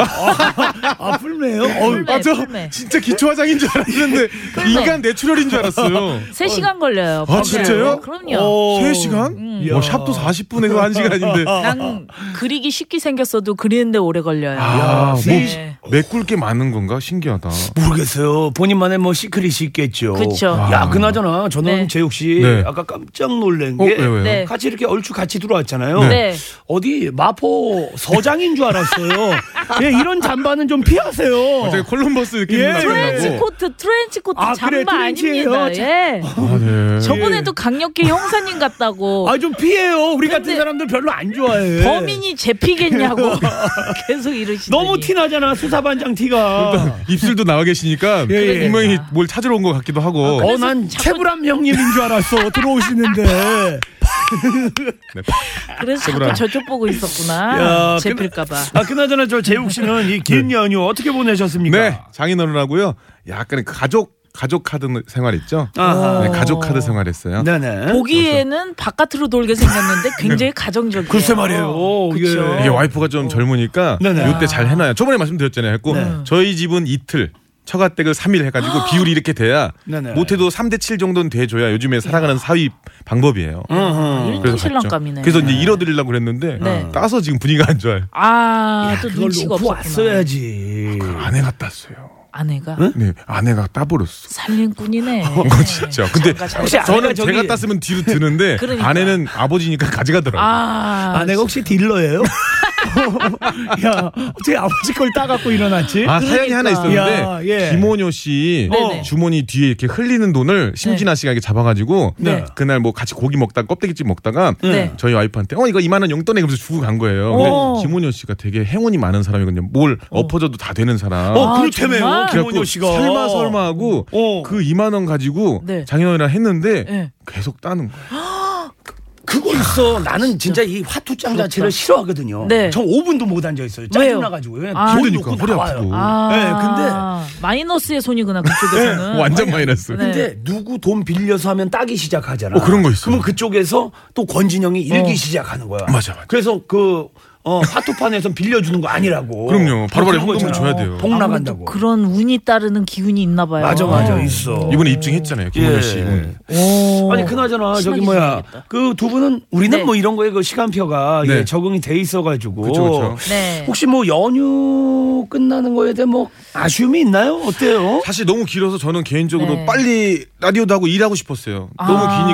Speaker 1: 아 풀매요? 어우.
Speaker 3: 풀매,
Speaker 2: 아, 저
Speaker 3: 풀매.
Speaker 2: 진짜 기초 화장인 줄 알았는데 인간 내추럴인 줄 알았어요.
Speaker 3: 3시간 걸려요.
Speaker 2: 아,
Speaker 3: 풀매는.
Speaker 2: 진짜요?
Speaker 3: 그럼요.
Speaker 1: 어.
Speaker 2: 3시간?
Speaker 3: 음.
Speaker 2: 어, 샵도 40분에서 1시간인데.
Speaker 3: 난 그리기 쉽게 생겼어도 그리는데 오래 걸려요.
Speaker 2: 아,
Speaker 3: 네.
Speaker 2: 뭐 메꿀 게 많은 건가? 신기하다.
Speaker 1: 모르겠어요. 본인만의 뭐 시크릿이 있겠죠.
Speaker 3: 그쵸.
Speaker 1: 야, 그나저나 저는
Speaker 3: 네.
Speaker 1: 재욱 씨
Speaker 2: 아. 네.
Speaker 1: 아까 깜짝 놀란
Speaker 2: 어,
Speaker 1: 게
Speaker 2: 왜, 왜요?
Speaker 3: 네.
Speaker 1: 같이 이렇게 얼추 같이 들어왔잖아요.
Speaker 3: 네.
Speaker 1: 어디 마포 서장인 줄 알았어요. 예, 이런 잠바는 좀 피하세요.
Speaker 2: 갑자기 콜럼버스 느낌
Speaker 1: 예.
Speaker 2: 나고.
Speaker 3: 트렌치코트 트렌치코트
Speaker 1: 아,
Speaker 3: 잠바
Speaker 1: 그래, 트렌치예요.
Speaker 3: 아닙니다. 예.
Speaker 2: 아, 네.
Speaker 3: 저번에도 강력계 형사님 같다고
Speaker 1: 아, 좀 피해요. 우리 같은
Speaker 3: 근데
Speaker 1: 사람들 별로 안 좋아해. (laughs)
Speaker 3: 범인이 네. 제피겠냐고 계속 이러시더니
Speaker 1: 네. 너무 티나잖아, 수사반장 티가.
Speaker 2: 입술도 나와 계시니까
Speaker 1: 예, 예.
Speaker 2: 분명히 뭘 찾으러 온 것 같기도 하고.
Speaker 1: 어, 난 최불암 형님인 줄 알았어. 들어오시는데.
Speaker 3: 그래서 자꾸
Speaker 2: 그거랑.
Speaker 3: 저쪽 보고
Speaker 1: 야,
Speaker 3: 있었구나 제필까봐
Speaker 1: 아, 그나저나 저 재욱 씨는 이 긴 연휴 어떻게 보내셨습니까?
Speaker 2: 네, 장인어른하고요. 약간의 가족 가족 카드 생활 있죠?
Speaker 1: 아하.
Speaker 2: 네, 가족 카드 생활했어요.
Speaker 1: 네네.
Speaker 3: 보기에는 바깥으로
Speaker 2: (laughs)
Speaker 3: 돌게 생겼는데 굉장히 가정적이에요
Speaker 1: 글쎄 말이에요. 이게.
Speaker 3: 그쵸?
Speaker 2: 이게 와이프가
Speaker 3: 어.
Speaker 2: 좀 젊으니까
Speaker 1: 네네.
Speaker 2: 이때 잘 해놔요. 저번에 말씀드렸잖아요. 했고
Speaker 3: 네.
Speaker 2: 저희 집은 이틀. 처가댁을 3일
Speaker 3: 아.
Speaker 2: 해가지고 비율이 이렇게 돼야
Speaker 1: 네네.
Speaker 2: 못해도 3대 7 정도는 돼줘야 요즘에 살아가는 사위 방법이에요.
Speaker 3: 일등
Speaker 2: 갔죠.
Speaker 3: 음. 신랑감이네
Speaker 2: 어, 그래서 이제 잃어드리려고 그랬는데
Speaker 3: 네.
Speaker 2: 따서 지금 분위기가 안 좋아요.
Speaker 3: 아또
Speaker 1: 그걸
Speaker 3: 눈치가
Speaker 1: 놓고
Speaker 3: 없었구나
Speaker 1: 왔어야지.
Speaker 2: 아내가 땄어요.
Speaker 3: 아내가
Speaker 2: 네, 아내가 따버렸어.
Speaker 3: 살림꾼이네
Speaker 1: 어.
Speaker 2: 이거 진짜. 근데
Speaker 3: 어. 잠깐, 잠깐.
Speaker 1: 혹시 아내가
Speaker 2: 저는
Speaker 1: 저기-
Speaker 2: 제가 땄으면 뒤로 드는데
Speaker 3: (laughs) 그러니까.
Speaker 2: 아내는 아버지니까 가져가더라고요.
Speaker 3: 아,
Speaker 1: 아내가 혹시 딜러예요? (laughs) 야, 어떻게 아버지 걸 따갖고 일어났지?
Speaker 2: 아 사연이 하나 있었는데
Speaker 1: 그러니까. 야, 예.
Speaker 2: 김원효 씨
Speaker 3: 네네.
Speaker 2: 주머니 뒤에 이렇게 흘리는 돈을
Speaker 1: 네.
Speaker 2: 심진아 씨가 이렇게 잡아가지고
Speaker 3: 네.
Speaker 2: 그날 뭐 같이 고기 먹다 가 껍데기집 먹다가
Speaker 1: 음.
Speaker 3: 네.
Speaker 2: 저희 와이프한테 어 이거 이만한 용돈에 그래서 주고 간 거예요. 근데
Speaker 1: 어.
Speaker 3: 오.
Speaker 2: 김원효 씨가 되게 행운이 많은 사람이거든요. 뭘 엎어져도 다 되는 사람.
Speaker 1: 어,
Speaker 3: 아,
Speaker 1: 그렇다며요,
Speaker 3: 정말?
Speaker 1: 김원효 씨가.
Speaker 2: 설마 설마 하고
Speaker 1: 어.
Speaker 2: 그 2만 원 가지고
Speaker 3: 네.
Speaker 2: 장인어른이랑 했는데
Speaker 3: 네.
Speaker 2: 계속 따는 거예요.
Speaker 1: 그거 있어. 나는 진짜 이 화투장 자체를 싫어하거든요.
Speaker 3: 네.
Speaker 1: 저 5분도 못 앉아 있어요. 아.
Speaker 3: 왜요?
Speaker 1: 짜증나가지고. 그냥
Speaker 3: 아.
Speaker 1: 돈
Speaker 3: 그러니까,
Speaker 1: 놓고
Speaker 3: 머리
Speaker 1: 나와요. 네, 예,
Speaker 3: 아, 근데 마이너스의
Speaker 2: (laughs)
Speaker 3: 손이구나 그쪽에서는. 네.
Speaker 2: 마이너스.
Speaker 1: 근데 누구 돈 빌려서 하면 따기 시작하잖아.
Speaker 2: 그런 거 있어.
Speaker 1: 그러면 그쪽에서 또 권진영이 일기
Speaker 3: 어.
Speaker 1: 시작하는 거야. 맞아, 맞아. 그래서 그 어, 화투판에서 빌려주는 거 아니라고.
Speaker 2: (laughs) 그럼요. 바로바로
Speaker 1: 그런
Speaker 2: 현금을
Speaker 1: 거잖아.
Speaker 2: 줘야 돼요.
Speaker 1: 복 나간다고.
Speaker 3: 그런 운이 따르는 기운이 있나 봐요.
Speaker 1: 맞아, 맞아. 있어. 예.
Speaker 2: 이번에 입증했잖아요. 김문열 씨. 음.
Speaker 3: 오.
Speaker 1: 아니 그나저나 저기
Speaker 3: 어. 심하게 네.
Speaker 1: 뭐야 그 두 분은 우리는 뭐 이런 거에 그 시간표가
Speaker 2: 네.
Speaker 1: 예, 적응이 돼 있어가지고
Speaker 2: 그쵸, 그쵸.
Speaker 3: 네.
Speaker 1: 혹시 뭐 연휴 끝나는 거에 대한 뭐 아쉬움이 있나요? 어때요?
Speaker 2: 사실 너무 길어서 저는 개인적으로
Speaker 3: 네.
Speaker 2: 빨리 라디오도 하고 일하고 싶었어요. 너무
Speaker 3: 아.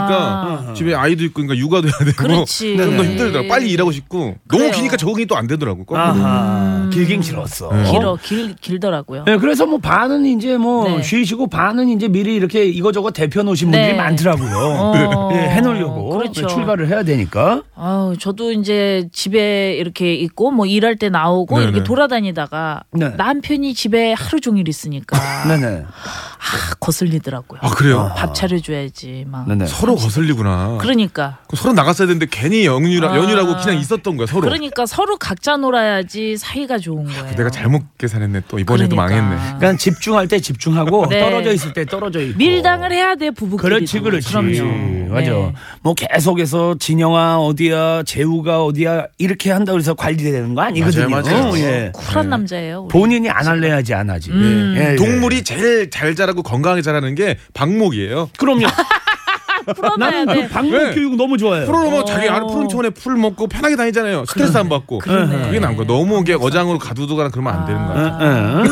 Speaker 2: 기니까 집에 아이도 있고 그러니까 육아도 해야 되고
Speaker 3: 그렇지. 네.
Speaker 2: 좀 더 힘들더라고. 빨리 일하고 싶고
Speaker 3: 그래요.
Speaker 2: 너무 기니까 적응이 또 안 되더라고. 거꾸로.
Speaker 1: 아하 길긴 길었어.
Speaker 2: 네.
Speaker 3: 길어 길 길더라고요.
Speaker 1: 네, 그래서 뭐 반은 이제 뭐
Speaker 3: 그렇죠. 네.
Speaker 1: 쉬시고 반은 이제 미리 이렇게 이거저거 대표 놓으신
Speaker 3: 네.
Speaker 1: 분들이 많더라고요.
Speaker 3: 어.
Speaker 1: 예, 해놓으려고
Speaker 3: 그렇죠.
Speaker 1: 출발을 해야 되니까.
Speaker 3: 아우 저도 이제 집에 이렇게 있고 뭐 일할 때 나오고
Speaker 2: 네네.
Speaker 3: 이렇게 돌아다니다가
Speaker 1: 네.
Speaker 3: 남편이 집에 하루 종일 있으니까
Speaker 1: 네네.
Speaker 3: 아, 거슬리더라고요.
Speaker 2: 아 그래요.
Speaker 3: 밥 차려줘야지 막.
Speaker 1: 네네.
Speaker 2: 서로 거슬리구나.
Speaker 3: 그러니까
Speaker 2: 그럼 서로 나갔어야 되는데 괜히 영유라,
Speaker 3: 아.
Speaker 2: 연유라고 그냥 있었던 거야 서로.
Speaker 3: 그러니까 서로 각자 놀아야지 사이가 좋은 거예요.
Speaker 2: 내가 잘못 계산했네 또 이번에도
Speaker 3: 그러니까.
Speaker 2: 망했네.
Speaker 1: 그러니까 집중할 때 집중하고
Speaker 3: (laughs) 네.
Speaker 1: 떨어져 있을 때 떨어져 있고.
Speaker 3: 밀당을 해야 돼 부부끼리.
Speaker 1: 그렇지 그렇지
Speaker 3: 그럼요.
Speaker 1: 맞아
Speaker 3: 네.
Speaker 1: 뭐 계속해서 진영아 어디야 재우가 어디야 이렇게 한다고 해서 관리되는 거 아니거든요
Speaker 2: 맞아요, 맞아요.
Speaker 1: 예.
Speaker 3: 네. 쿨한
Speaker 2: 네.
Speaker 3: 남자예요. 우리.
Speaker 1: 본인이 안 할래 야지안 하지
Speaker 3: 음.
Speaker 1: 예, 예.
Speaker 2: 동물이 제일 잘 자라고 건강하게 자라는 게 박목이에요.
Speaker 3: (laughs) 네,
Speaker 1: 그럼요
Speaker 3: 풀어놔야
Speaker 1: 나는 그
Speaker 3: 돼.
Speaker 1: 방목
Speaker 2: 네.
Speaker 1: 교육 너무 좋아해요
Speaker 2: 프로로뭐 자기 알 푸른 초원에 풀 먹고 편하게 다니잖아요. 스트레스 안 받고.
Speaker 3: 그러네. 그렇죠.
Speaker 2: 게난 거야. 너무 이게 어장으로 가두거나 그러면 안 되는 거야.
Speaker 1: 예, 예.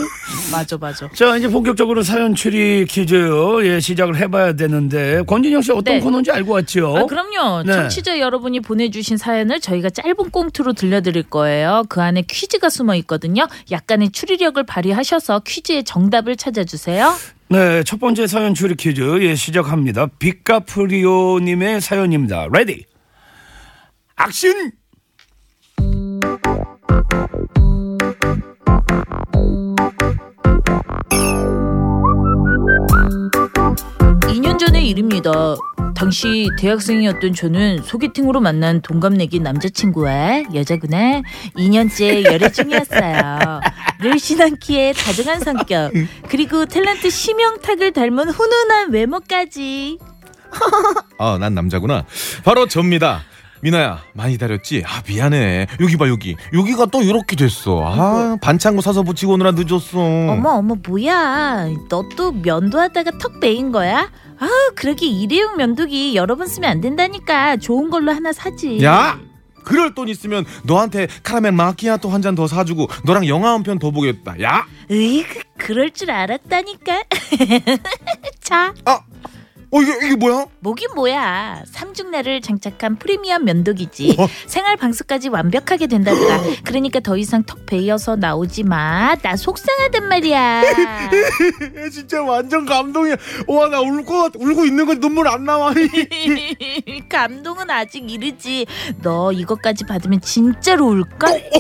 Speaker 3: 맞아 맞아.
Speaker 1: 자 이제 본격적으로 사연 추리 퀴즈요 예 시작을 해봐야 되는데 권진영 씨 어떤
Speaker 3: 네.
Speaker 1: 코너인지 알고 왔죠
Speaker 3: 아, 그럼요.
Speaker 1: 네.
Speaker 3: 청취자 여러분이 보내주신 사연을 저희가 짧은 꽁트로 들려드릴 거예요. 그 안에 퀴즈가 숨어 있거든요. 약간의 추리력을 발휘하셔서 퀴즈의 정답을 찾아주세요.
Speaker 1: 네, 첫 번째 사연 추리 퀴즈 예, 시작합니다. 빅카프리오 님의 사연입니다. 레디. 액션!
Speaker 3: 이 년 전의 일입니다. 당시 대학생이었던 저는 소개팅으로 만난 동갑내기 남자친구와 여자구나 2년째 열애 중이었어요. 를 신한키의 다정한 성격 그리고 탤런트 심영탁을 닮은 훈훈한 외모까지
Speaker 2: 아, 난 남자구나. 바로 접니다. 미나야, 많이 기다렸지? 아, 미안해. 여기 봐, 여기. 여기가 또 이렇게 됐어. 아, 반창고 사서 붙이고 오느라 늦었어.
Speaker 3: 어머 어머 뭐야 너 또 면도하다가 턱 베인 거야? 아 그러게 일회용 면도기 여러 번 쓰면 안 된다니까 좋은 걸로 하나 사지
Speaker 2: 야! 그럴 돈 있으면 너한테 카라멜 마키아토 한 잔 더 사주고 너랑 영화 한 편 더 보겠다. 야!
Speaker 3: 으이그 그럴 줄 알았다니까 (laughs) 자
Speaker 2: 어, 이게, 이게 (laughs) 뭐야?
Speaker 3: 뭐긴 뭐야 삼중날을 장착한 프리미엄 면도기지 생활 방수까지 완벽하게 된다더라 그러니까 더 이상 턱 베이어서 나오지 마 나 속상하단 말이야
Speaker 2: 야, 진짜 완전 감동이야. 와, 나 울 것 같아. 울고 있는 건 눈물 안 (laughs) 나와.
Speaker 3: 감동은 아직 이르지 너 이것까지 받으면 진짜로 울걸?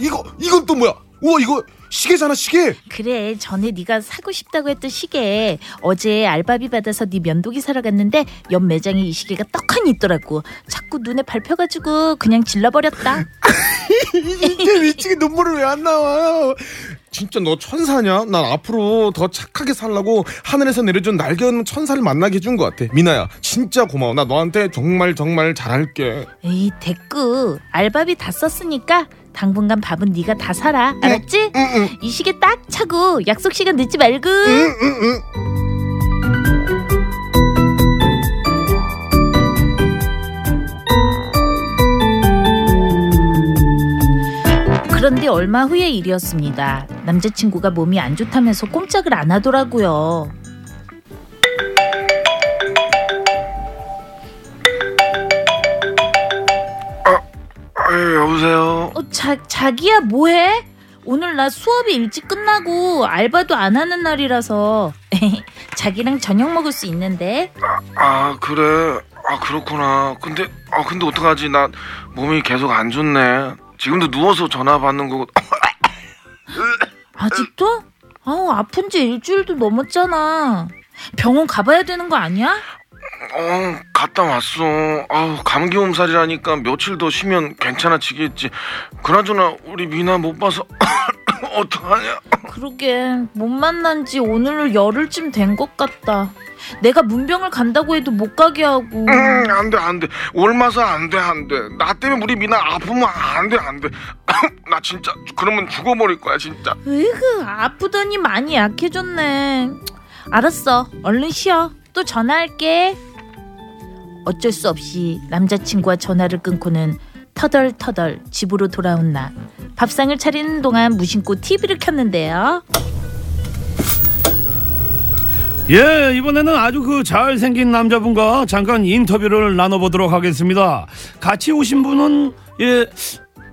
Speaker 2: 이거, 이건 또 뭐야? 우와, 이거 시계잖아, 시계.
Speaker 3: 그래 전에 네가 사고 싶다고 했던 시계 어제 알바비 받아서 네 면도기 사러 갔는데 옆 매장에 이 시계가 떡하니 있더라고 자꾸 눈에 밟혀가지고 그냥 질러버렸다
Speaker 2: 진짜 미치게 눈물을 왜 안 나와? 진짜 너 천사냐? 난 앞으로 더 착하게 살라고 하늘에서 내려준 날개는 천사를 만나게 해준 것 같아. 미나야, 진짜 고마워. 나 너한테 정말 정말 잘할게.
Speaker 3: 에이 됐고 알바비 다 썼으니까 당분간 밥은 네가 다 사라 알았지? 이 시계 딱 차고 약속 시간 늦지 말고 그런데 얼마 후의 일이었습니다. 남자친구가 몸이 안 좋다면서 꼼짝을 안 하더라고요.
Speaker 7: 어, 예, 여보세요.
Speaker 3: 어, 자, 자기야 뭐해? 오늘 나 수업이 일찍 끝나고 알바도 안 하는 날이라서 (laughs) 자기랑 저녁 먹을 수 있는데
Speaker 7: 아 그래. 아 그렇구나. 근데 아 근데 어떡하지? 나 몸이 계속 안 좋네. 지금도 누워서 전화 받는 거고.
Speaker 3: 아직도? 아우 아픈 지 일주일도 넘었잖아 병원 가봐야 되는 거 아니야?
Speaker 10: 어 갔다 왔어 아우 감기 몸살이라니까 며칠 더 쉬면 괜찮아지겠지 그나저나 우리 미나 못 봐서 (coughs) 어떡하냐
Speaker 3: 그러게 못 만난 지 오늘 열흘쯤 된 것 같다. 내가 문병을 간다고 해도 못 가게 하고.
Speaker 10: 음, 안돼 안돼 올마서 안돼 안돼 나 때문에 우리 미나 아프면 안돼 안돼 (coughs) 나 진짜 그러면 죽어버릴 거야 진짜
Speaker 3: 으흐 아프더니 많이 약해졌네. 알았어 얼른 쉬어 또 전화할게. 어쩔 수 없이 남자친구와 전화를 끊고는 터덜터덜 집으로 돌아온 나. 밥상을 차리는 동안 무심코 TV를 켰는데요.
Speaker 1: 예, 이번에는 아주 그 잘생긴 남자분과 잠깐 인터뷰를 나눠보도록 하겠습니다. 같이 오신 분은, 예,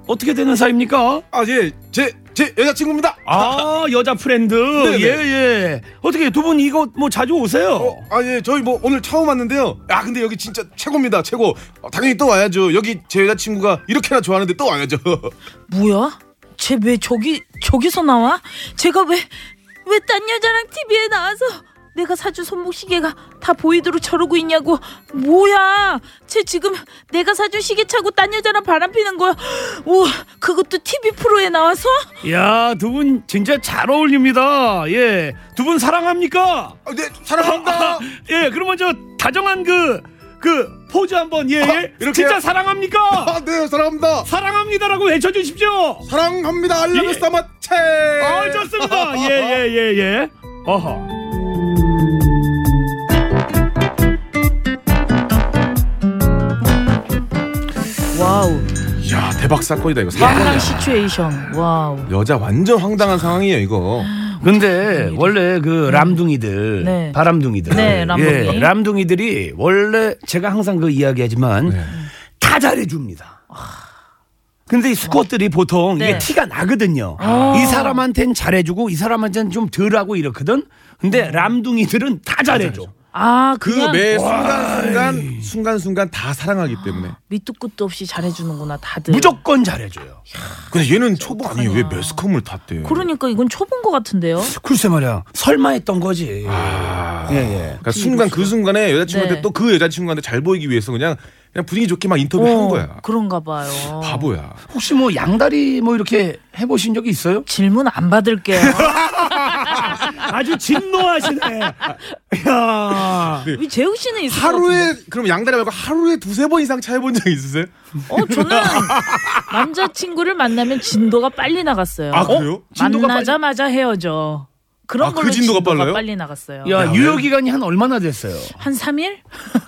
Speaker 1: 어떻게 되는 사이입니까?
Speaker 2: 아, 예, 제, 제 여자친구입니다.
Speaker 1: 아, 여자 프렌드.
Speaker 2: 네네.
Speaker 1: 예, 예. 어떻게 두 분 이거 뭐 자주 오세요?
Speaker 2: 아, 예, 저희 뭐 오늘 처음 왔는데요. 아, 근데 여기 진짜 최고입니다, 최고. 어, 당연히 또 와야죠. 여기 제 여자친구가 이렇게나 좋아하는데 또 와야죠. (laughs)
Speaker 3: 뭐야? 쟤 왜 저기 저기서 나와? 제가 왜 왜 딴 여자랑 TV에 나와서 내가 사준 손목 시계가 다 보이도록 저러고 있냐고 뭐야? 쟤 지금 내가 사준 시계 차고 딴 여자랑 바람 피는 거야? 우와 그것도 TV 프로에 나와서?
Speaker 1: 야, 두 분 진짜 잘 어울립니다. 예. 두 분 사랑합니까?
Speaker 2: 네, (laughs) 사랑합니다.
Speaker 1: 예, 그러면 저 다정한 그, 그 포즈 한번, 예,
Speaker 2: 아,
Speaker 1: 예.
Speaker 2: 이렇게요?
Speaker 1: 진짜 사랑합니까?
Speaker 2: 아, 네, 사랑합니다.
Speaker 1: 사랑합니다라고 외쳐주십시오.
Speaker 2: 사랑합니다. 알라뷰 사마체.
Speaker 1: 아, 좋습니다. 예, 예, 예, 예. 어허.
Speaker 3: 와우
Speaker 2: 예. 야, 대박 사건이다 이거. 사건이야.
Speaker 3: 황당 시츄에이션 와우
Speaker 2: 여자 완전 황당한 상황이에요 이거.
Speaker 1: 근데 원래 그 람둥이들
Speaker 3: 네.
Speaker 1: 바람둥이들
Speaker 3: 네, 람둥이.
Speaker 1: 들이 원래 제가 항상 그 이야기하지만 다 잘해줍니다. 근데 이 수컷들이 보통
Speaker 11: 네.
Speaker 1: 이게 티가 나거든요.
Speaker 11: 아.
Speaker 1: 이 사람한텐 잘해주고 이 사람한텐 좀 덜하고 이렇거든. 근데 람둥이들은 다 잘해줘.
Speaker 3: 아 그냥
Speaker 2: 그매 순간순간 순간순간 다 사랑하기 때문에.
Speaker 3: 밑도 끝도 없이 잘해주는구나 다들
Speaker 1: 무조건 잘해줘요.
Speaker 2: 근데 얘는 초보 아니에요. 왜 매스컴을 탔대?
Speaker 3: 그러니까 이건 초본 것 같은데요.
Speaker 1: 글쎄 말이야. 설마 했던 거지. 예, 예.
Speaker 2: 그러니까 순간 그 순간에 여자친구한테
Speaker 3: 네.
Speaker 2: 또 그 여자친구한테 잘 보이기 위해서 그냥 그냥 분위기 좋게 막 인터뷰한
Speaker 3: 어,
Speaker 2: 거야.
Speaker 3: 그런가 봐요.
Speaker 2: 바보야.
Speaker 1: 혹시 뭐 양다리 뭐 이렇게 해보신 적이 있어요?
Speaker 3: 질문
Speaker 2: (laughs)
Speaker 3: 안 받을게요.
Speaker 1: 아주 (laughs) 진노하시네. 야.
Speaker 3: 우리 재욱 씨는
Speaker 2: 네.
Speaker 3: 있을 것
Speaker 2: 하루에 그럼 양다리 말고 하루에 두세 번 이상 차해본 적 있으세요?
Speaker 3: 같은데. 어, 저는 남자친구를 만나면 진도가 빨리 나갔어요.
Speaker 2: 아, 그래요?
Speaker 3: 어?
Speaker 1: 진도가
Speaker 3: 만나자마자 헤어져. 그런
Speaker 1: 아, 그
Speaker 3: 걸로
Speaker 1: 진도가
Speaker 3: 진도가,
Speaker 1: 빨라요?
Speaker 3: 빨리 나갔어요.
Speaker 1: 야, 유효 기간이 한 얼마나 됐어요?
Speaker 3: 한 3일?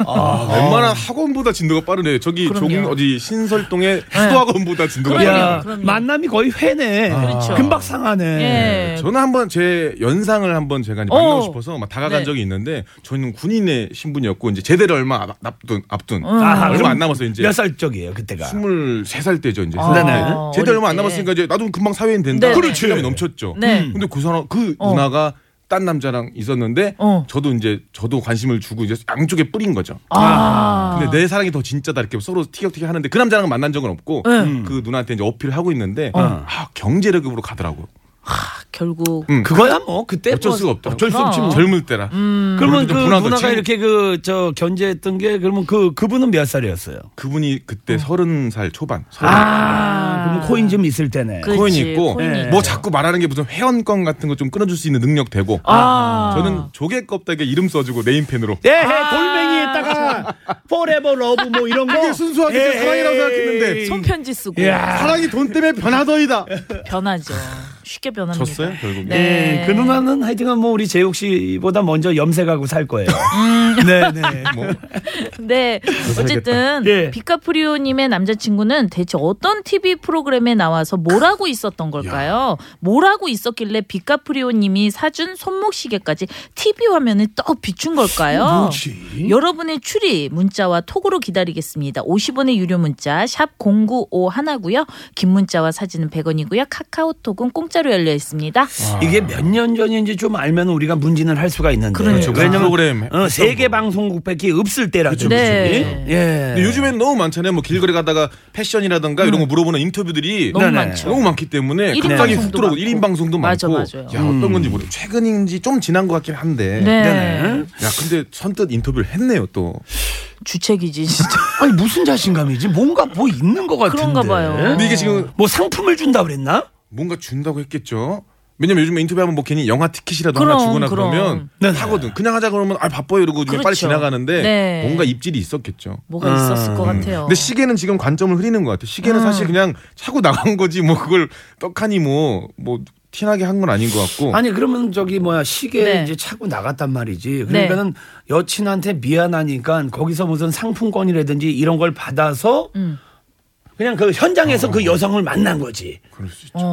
Speaker 2: 아, 웬만한 학원보다 진도가 빠르네. 저기
Speaker 3: 어. 그럼요. 네.
Speaker 2: 조금 어디 신설동의 수도학원보다 진도가
Speaker 1: 야,
Speaker 2: 빠르네.
Speaker 1: 만남이 거의 회네.
Speaker 2: 그렇죠. 예.
Speaker 1: 금박
Speaker 3: 예.
Speaker 1: 상하네.
Speaker 2: 저는 한번 제 연상을 한번 제가 이제
Speaker 1: 어.
Speaker 2: 만나고 싶어서 막 다가간
Speaker 1: 네.
Speaker 2: 적이 있는데 저희는 군인의 신분이었고 이제 제대를 얼마 앞- 앞둔 앞둔
Speaker 1: 아,
Speaker 2: 얼마
Speaker 1: 그럼
Speaker 2: 안 남았어요 이제
Speaker 1: 몇 살 적이에요, 그때가?
Speaker 2: 23살 때죠 이제
Speaker 1: 아, 네네.
Speaker 2: 제대 얼마 안
Speaker 1: 어릴 때.
Speaker 2: 남았으니까 이제 나도 금방 사회인 된다
Speaker 1: 네네.
Speaker 2: 그렇지 이 넘쳤죠
Speaker 1: 네. 어.
Speaker 2: 음. 근데 그 사람 그 누나가 딴 남자랑 있었는데
Speaker 3: 어.
Speaker 2: 저도 이제 저도 관심을 주고 이제 양쪽에 뿌린 거죠
Speaker 3: 아.
Speaker 2: 근데 내 사랑이 더 진짜다 이렇게 서로 티격태격 하는데 그 남자랑 만난 적은 없고
Speaker 3: 네.
Speaker 1: 음.
Speaker 2: 그 누나한테 이제 어필을 하고 있는데
Speaker 3: 어.
Speaker 2: 아, 경제력으로 가더라고
Speaker 3: 결국
Speaker 2: 음.
Speaker 1: 그거야 뭐 그때
Speaker 2: 어쩔
Speaker 1: 뭐
Speaker 2: 수가 없다
Speaker 1: 어쩔 수 없지 뭐.
Speaker 2: 젊을 때라
Speaker 1: 그러면 그
Speaker 2: 좀 분화도
Speaker 1: 누나가
Speaker 2: 친-
Speaker 1: 이렇게 그 저 견제했던 게 그러면 그 그분은 몇 살이었어요?
Speaker 2: 그분이 그때 서른 살 초반 서른
Speaker 1: 아, 그러면 코인 좀 있을 때네.
Speaker 2: 코인 있고 뭐 자꾸 말하는 게 무슨 회원권 같은 거 좀 끊어줄 수 있는 능력 되고
Speaker 1: 아.
Speaker 2: 저는 조개 껍데기 이름 써주고 네임펜으로
Speaker 1: 네, 돌멩이에다가 포레버 러브 뭐 이런 거.
Speaker 2: 그게 순수하게 제 사랑이라고 생각했는데.
Speaker 3: 손편지 쓰고
Speaker 1: 야.
Speaker 2: 사랑이 돈 때문에 변하더이다.
Speaker 3: 변하죠. 쉽게 변합니다.
Speaker 2: 결국.
Speaker 3: 네.
Speaker 1: 네. 그 누나는 하여튼간 뭐 우리 재욱 씨보다 먼저 염색하고 살 거예요.
Speaker 2: 음.
Speaker 1: (laughs) 네, 네.
Speaker 3: 네. 어쨌든
Speaker 1: 예.
Speaker 3: 비카프리오님의 남자친구는 대체 어떤 TV 프로그램에 나와서 뭘 하고 있었던 걸까요? 뭘 하고 있었길래 비카프리오님이 사준 손목시계까지 TV 화면에 떡 비춘 걸까요?
Speaker 1: 뭐지?
Speaker 3: 여러분의 추리 문자와 톡으로 기다리겠습니다. 50원의 유료 문자 샵 #095 하나고요. 긴 문자와 사진은 100원이고요. 카카오톡은 공짜로 열려 있습니다.
Speaker 1: 이게 몇 년 전인지 좀 알면 우리가 문진을 할 수가 있는데.
Speaker 3: 그러니까. 그렇죠.
Speaker 1: 왜냐면
Speaker 2: 프로그램
Speaker 1: 어, 세계 방송국밖에 없을 때라든지.
Speaker 3: 네.
Speaker 1: 예.
Speaker 2: 근데 요즘엔 너무 많잖아요. 뭐 길거리 가다가 패션이라든가 이런 거 물어보는 인터뷰들이
Speaker 3: 음. 너무 네네. 많죠.
Speaker 2: 너무 많기 때문에
Speaker 3: 일인
Speaker 2: 갑자기 훅
Speaker 3: 방송도
Speaker 2: 들어오고
Speaker 3: 많고.
Speaker 2: 1인 방송도
Speaker 3: 맞아,
Speaker 2: 많고
Speaker 3: 맞아요. 음.
Speaker 2: 야 어떤 건지 모르. 최근인지 좀 지난 것 같긴 한데.
Speaker 3: 네.
Speaker 2: 야 근데 선뜻 인터뷰를 했네요 또.
Speaker 3: 주책이지 진짜.
Speaker 1: 아니 무슨 자신감이지? 뭔가 뭐 있는 것 같은데.
Speaker 3: 그런가 봐요.
Speaker 2: 근데 이게 지금
Speaker 1: 뭐 상품을 준다 그랬나?
Speaker 2: 뭔가 준다고 했겠죠. 왜냐면 요즘에 인터뷰하면 뭐 괜히 영화 티켓이라도
Speaker 1: 그럼,
Speaker 2: 하나 주거나
Speaker 1: 그럼.
Speaker 2: 그러면 하거든. 그냥 하자 그러면 아 바빠요 이러고 그냥 빨리
Speaker 1: 그렇죠.
Speaker 2: 지나가는데
Speaker 1: 네. 그렇죠.
Speaker 2: 뭔가 입질이 있었겠죠.
Speaker 3: 뭐가 있었을 것 같아요.
Speaker 2: 근데 시계는 지금 관점을 흐리는 것 같아요. 시계는
Speaker 3: 음.
Speaker 2: 사실 그냥 차고 나간 거지 뭐 그걸 떡하니 뭐 뭐 티나게 한 건 아닌 것 같고.
Speaker 1: 아니 그러면 저기 뭐야 시계
Speaker 2: 네.
Speaker 1: 이제 차고 나갔단 말이지. 그러니까는
Speaker 3: 네.
Speaker 1: 여친한테 미안하니까 거기서 무슨 상품권이라든지 이런 걸 받아서
Speaker 3: 음.
Speaker 1: 그냥 그
Speaker 3: 어.
Speaker 1: 현장에서 그 여성을 만난 거지.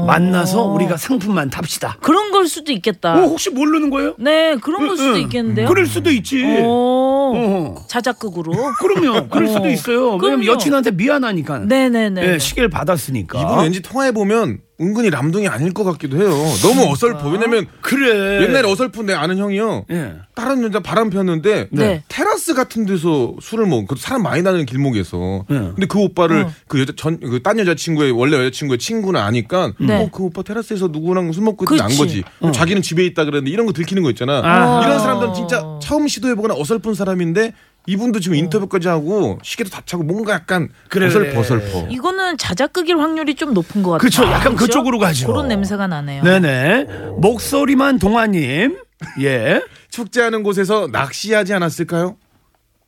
Speaker 1: 만나서 우리가 상품만 탑시다.
Speaker 3: 그런 걸 수도 있겠다.
Speaker 1: 어, 혹시 모르는 거예요?
Speaker 3: 네, 그런 걸 수도 있겠는데요.
Speaker 1: 음, 그럴 수도 있지.
Speaker 3: 오, 자작극으로.
Speaker 1: 그럼요. 그럴 수도
Speaker 3: 어.
Speaker 1: 있어요. 왜냐면
Speaker 3: 그럼요.
Speaker 1: 여친한테 미안하니까.
Speaker 3: 네네네.
Speaker 1: 예, 시계를 받았으니까.
Speaker 2: 이분 왠지 통화해 보면 은근히 람둥이 아닐 것 같기도 해요.
Speaker 1: 그러니까.
Speaker 2: 너무 어설퍼. 왜냐면
Speaker 1: 그래. 예.
Speaker 2: 옛날에 어설픈 내 아는 형이요. 다른 여자 바람 피웠는데
Speaker 1: 네.
Speaker 2: 테라스 같은 데서 술을 먹은 그 사람 많이 다니는 길목에서. 근데 그 오빠를 그 여자 전그딴 여자 친구의 원래 여자 친구의 친구는 아니까
Speaker 12: 네.
Speaker 2: 어그 오빠 테라스에서 누구랑 술 먹고 난
Speaker 12: 그치.
Speaker 2: 거지. 그럼
Speaker 12: 어.
Speaker 2: 자기는 집에 있다 그랬는데 이런 거 들키는 거 있잖아.
Speaker 3: 어.
Speaker 12: 아하.
Speaker 2: 이런 사람들은 진짜 처음 시도해 보거나 어설픈 사람인데 이분도 지금 인터뷰까지 하고 시계도 다 차고 뭔가 약간
Speaker 1: 그래.
Speaker 2: 어설퍼 어설퍼.
Speaker 3: 이거는 자작극일 확률이 좀 높은 것 같아요.
Speaker 1: 그쵸, 약간 그쪽으로 가죠.
Speaker 3: 그런 냄새가 나네요.
Speaker 1: 네네. 목소리만 동아님. 예.
Speaker 2: 축제하는 곳에서 낚시하지 않았을까요?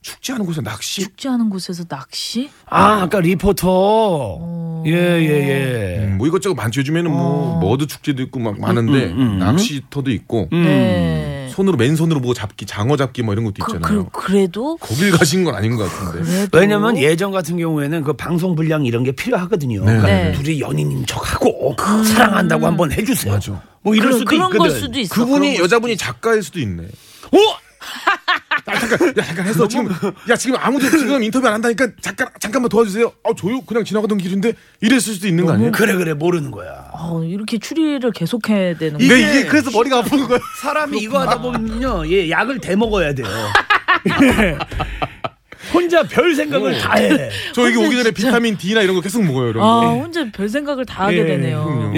Speaker 2: 축제하는 곳에서 낚시.
Speaker 3: 축제하는 곳에서 낚시?
Speaker 1: 아, 아까 리포터.
Speaker 3: 어.
Speaker 1: 예, 예,
Speaker 3: 음. 네.
Speaker 2: 예. 뭐 이것저것 많죠. 요즘에는 뭐 머드 축제도 있고 막 많은데
Speaker 1: 음, 음, 음.
Speaker 2: 낚시터도 있고
Speaker 3: 네. 그,
Speaker 2: 손으로 맨손으로 뭐 잡기, 장어 잡기 뭐 이런 것도 있잖아요.
Speaker 3: 그래도
Speaker 2: 거길 가신 건 아닌 것 같은데.
Speaker 1: 왜냐면 예전 같은 경우에는 그 방송 분량 이런 게 필요하거든요.
Speaker 2: 네.
Speaker 1: 그러니까
Speaker 2: 네.
Speaker 1: 둘이 연인인 척하고 그
Speaker 3: 음.
Speaker 1: 사랑한다고 한번 해주세요. 뭐 이럴 수도 있거든. 어?
Speaker 2: 그분이 여자분이 작가일 수도 있네.
Speaker 1: 오!
Speaker 2: 아, 잠깐, 야, 잠깐 해서 지금, 야,
Speaker 1: (laughs)
Speaker 2: 지금 아무도 지금 인터뷰 안 한다니까 잠깐, 잠깐만 도와주세요. 아, 저요? 그냥 지나가던 길인데 이랬을 수도 있는 거 아니에요?
Speaker 1: 그래, 그래, 모르는 거야.
Speaker 3: 어, 이렇게 추리를 계속해야 되는
Speaker 1: 이게-
Speaker 3: 거예요.
Speaker 1: 이게 그래서
Speaker 2: 머리가 아픈 거야.
Speaker 1: 사람이 이거 하다 보면요, 예, 약을 대 먹어야 (laughs) 돼요. 예. 혼자 별 생각을 다 해.
Speaker 2: 저 여기 오기 전에 비타민 D나 이런 거 계속 먹어요, 이런
Speaker 3: 아,
Speaker 2: 거.
Speaker 3: 혼자 별 생각을 다
Speaker 1: 예,
Speaker 3: 하게 되네요.
Speaker 2: 그럼요.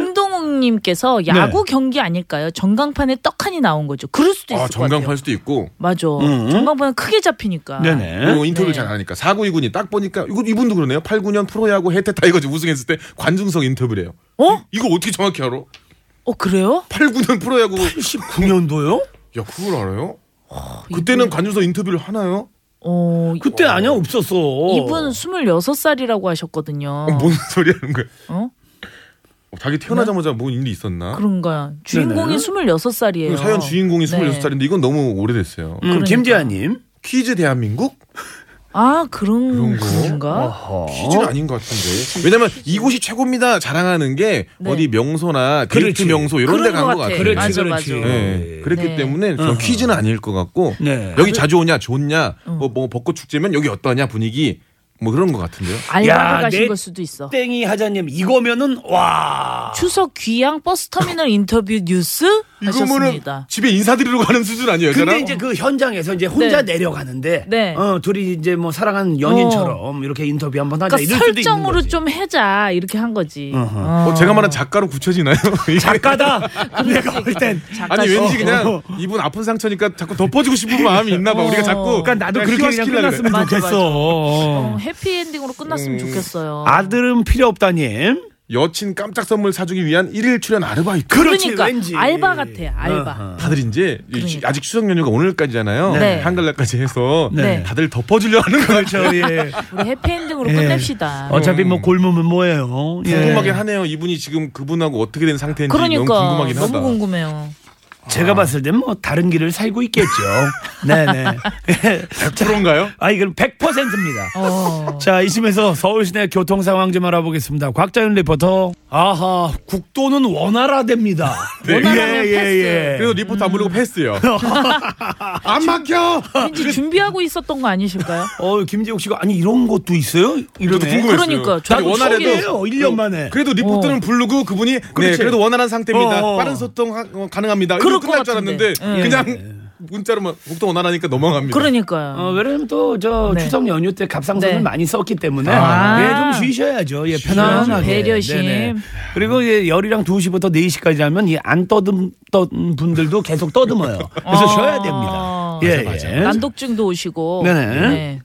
Speaker 1: 네.
Speaker 3: 김동욱님께서 야구 경기 아닐까요? 전광판에 떡하니 나온 거죠. 그럴 수도 있을
Speaker 2: 아,
Speaker 3: 것 같아요.
Speaker 2: 전광판 수도 있고.
Speaker 3: 맞아.
Speaker 2: 음.
Speaker 3: 전광판은 크게 잡히니까.
Speaker 1: 예?
Speaker 2: 그리고 인터뷰를 잘 안 하니까 4929님 딱 보니까 이거 이분도 그러네요. 89년 프로야구 혜태 타이거즈 우승했을 때 관중석 인터뷰래요.
Speaker 3: 어?
Speaker 2: 이거 어떻게 정확히 알아?
Speaker 3: 어 그래요?
Speaker 2: 89년 프로야구
Speaker 1: 89년도요?
Speaker 2: 야 그걸 알아요? 그때는 관중석 인터뷰를 하나요?
Speaker 3: 어
Speaker 1: 그때 아니야 없었어. 음,
Speaker 3: 이분 26살이라고 하셨거든요.
Speaker 2: 어, 뭔 소리 하는 거야?
Speaker 3: 어?
Speaker 2: 자기 태어나자마자 뭔 일이 있었나?
Speaker 3: 그런가요? 주인공이 26살이에요. 네.
Speaker 2: 그 사연 주인공이 26살인데 이건 너무 오래됐어요.
Speaker 1: 음.
Speaker 3: 그러니까.
Speaker 1: 김재환님
Speaker 2: 퀴즈 대한민국?
Speaker 3: 아, 그런 건가?
Speaker 1: 어?
Speaker 2: 퀴즈는 아닌 것 같은데. 왜냐면 이곳이 최고입니다 자랑하는 게 어디 명소나 데이트
Speaker 1: 그렇지.
Speaker 2: 명소 이런 데
Speaker 1: 그런
Speaker 2: 간
Speaker 1: 것
Speaker 2: 것
Speaker 1: 같아.
Speaker 2: 같아요.
Speaker 1: 그렇지, 맞아, 그렇지. 맞아.
Speaker 2: 네. 그랬기
Speaker 1: 네.
Speaker 2: 때문에 전
Speaker 1: 어허.
Speaker 2: 퀴즈는 아닐 것 같고 여기 자주 오냐 좋냐
Speaker 3: 음.
Speaker 2: 뭐, 뭐 벚꽃 축제면 여기 어떠냐 분위기 뭐 그런 것 같은데요.
Speaker 3: 음. 알바를 가신 걸 수도 있어.
Speaker 1: 땡이 하자님 이거면은 와.
Speaker 3: 추석 귀향 버스터미널 인터뷰 뉴스 하셨습니다.
Speaker 2: 집에 인사드리러 가는 수준 아니에요,
Speaker 1: 근데
Speaker 2: 여자랑?
Speaker 1: 이제 그 현장에서 이제 혼자
Speaker 3: 네. 어.
Speaker 1: 내려가는데 어, 둘이 이제 뭐 사랑하는 연인처럼 이렇게 인터뷰 한번
Speaker 2: 네,
Speaker 1: 하자
Speaker 3: 그러니까
Speaker 1: 이럴 수도 있는
Speaker 3: 설정으로 좀 해자 이렇게 한 거지.
Speaker 2: 어, 제가 말한 작가로 굳혀지나요? (laughs) 이게?
Speaker 3: (laughs)
Speaker 1: 작가다. 내가 볼땐
Speaker 2: 아니 왠지 그냥
Speaker 3: 어.
Speaker 2: 이분 아픈 상처니까 자꾸 덮어주고 싶은 마음이 있나 봐. 우리가 자꾸
Speaker 1: 그러니까 나도 그렇게 그냥
Speaker 2: 희화시키려고
Speaker 1: 끝났으면
Speaker 2: 그래.
Speaker 1: 좋겠어.
Speaker 3: 어, 해피엔딩으로
Speaker 2: 음.
Speaker 3: 끝났으면 좋겠어요.
Speaker 1: 아들은 필요 없다님.
Speaker 2: 여친 깜짝 선물 사주기 위한 일일 출연 아르바이트.
Speaker 3: 그러니까 알바
Speaker 2: 예.
Speaker 3: 같아. 알바.
Speaker 2: 다들 이제 이- 아직 추석 연휴가 오늘까지잖아요.
Speaker 3: 네.
Speaker 2: 한글날까지 해서
Speaker 3: 네.
Speaker 2: 다들 덮어주려 하는 거죠.
Speaker 1: 예.
Speaker 3: 우리 해피엔딩으로
Speaker 1: 예.
Speaker 3: 끝냅시다.
Speaker 1: 어차피 뭐 골무면 뭐예요. 예.
Speaker 2: 궁금하긴 하네요. 이분이 지금 그분하고 어떻게 된 상태인지 너무
Speaker 3: 그러니까
Speaker 2: 궁금하긴
Speaker 3: 너무
Speaker 2: 하다.
Speaker 3: 궁금해요.
Speaker 1: 제가 봤을 땐 뭐 다른 길을 살고 있겠죠. 네네. 100%인가요? 아, 이건 100%입니다.
Speaker 3: 어.
Speaker 1: 자, 이쯤에서 서울 시내 교통 상황 좀 알아보겠습니다. 곽자윤 리포터. 아하, 국도는 원활화됩니다. 예, 예, 예.
Speaker 2: 그래서 리포트 안
Speaker 1: (laughs)
Speaker 2: 부르고 패스요.
Speaker 1: 안 막혀!
Speaker 3: 왠지 준비하고 있었던
Speaker 2: (laughs)
Speaker 3: 거 아니실까요?
Speaker 1: 어, 김재욱 씨가 아니 이런 것도 있어요? 이런
Speaker 2: 저도 궁금했어요.
Speaker 3: 그러니까,
Speaker 2: 저도
Speaker 1: 나도
Speaker 2: 원활해도- 어,
Speaker 1: 신기해요. 1년 만에.
Speaker 2: 그래도 리포트는 부르고 그분이 네,
Speaker 1: 그렇지.
Speaker 2: 그래도 원활한 상태입니다.
Speaker 1: 어, 어.
Speaker 2: 빠른 소통 하- 어, 가능합니다.
Speaker 1: 그럴
Speaker 2: 이거 끝날
Speaker 1: 것
Speaker 2: 줄
Speaker 1: 같은데.
Speaker 2: 알았는데
Speaker 1: 예.
Speaker 2: 그냥 문자로만 국도 원활하니까 넘어갑니다.
Speaker 3: 그러니까요.
Speaker 1: 어, 왜냐면 또 저
Speaker 3: 네.
Speaker 1: 추석 연휴 때 갑상선을
Speaker 3: 네.
Speaker 1: 많이 썼기 때문에
Speaker 3: 아.
Speaker 1: 예, 좀 쉬셔야죠. 예, 편안하게. 네,
Speaker 3: 배려심.
Speaker 1: 그리고 예, 열이랑
Speaker 3: 어.
Speaker 1: 2시부터 4시까지 하면 이 안 떠듬, 떠 분들도 계속 떠듬어요. 그래서 쉬어야 됩니다.
Speaker 3: 오시잖아요.
Speaker 1: 예, 맞아, 맞아. 예.
Speaker 3: 난독증도 오시고.
Speaker 1: 네네.
Speaker 3: 네.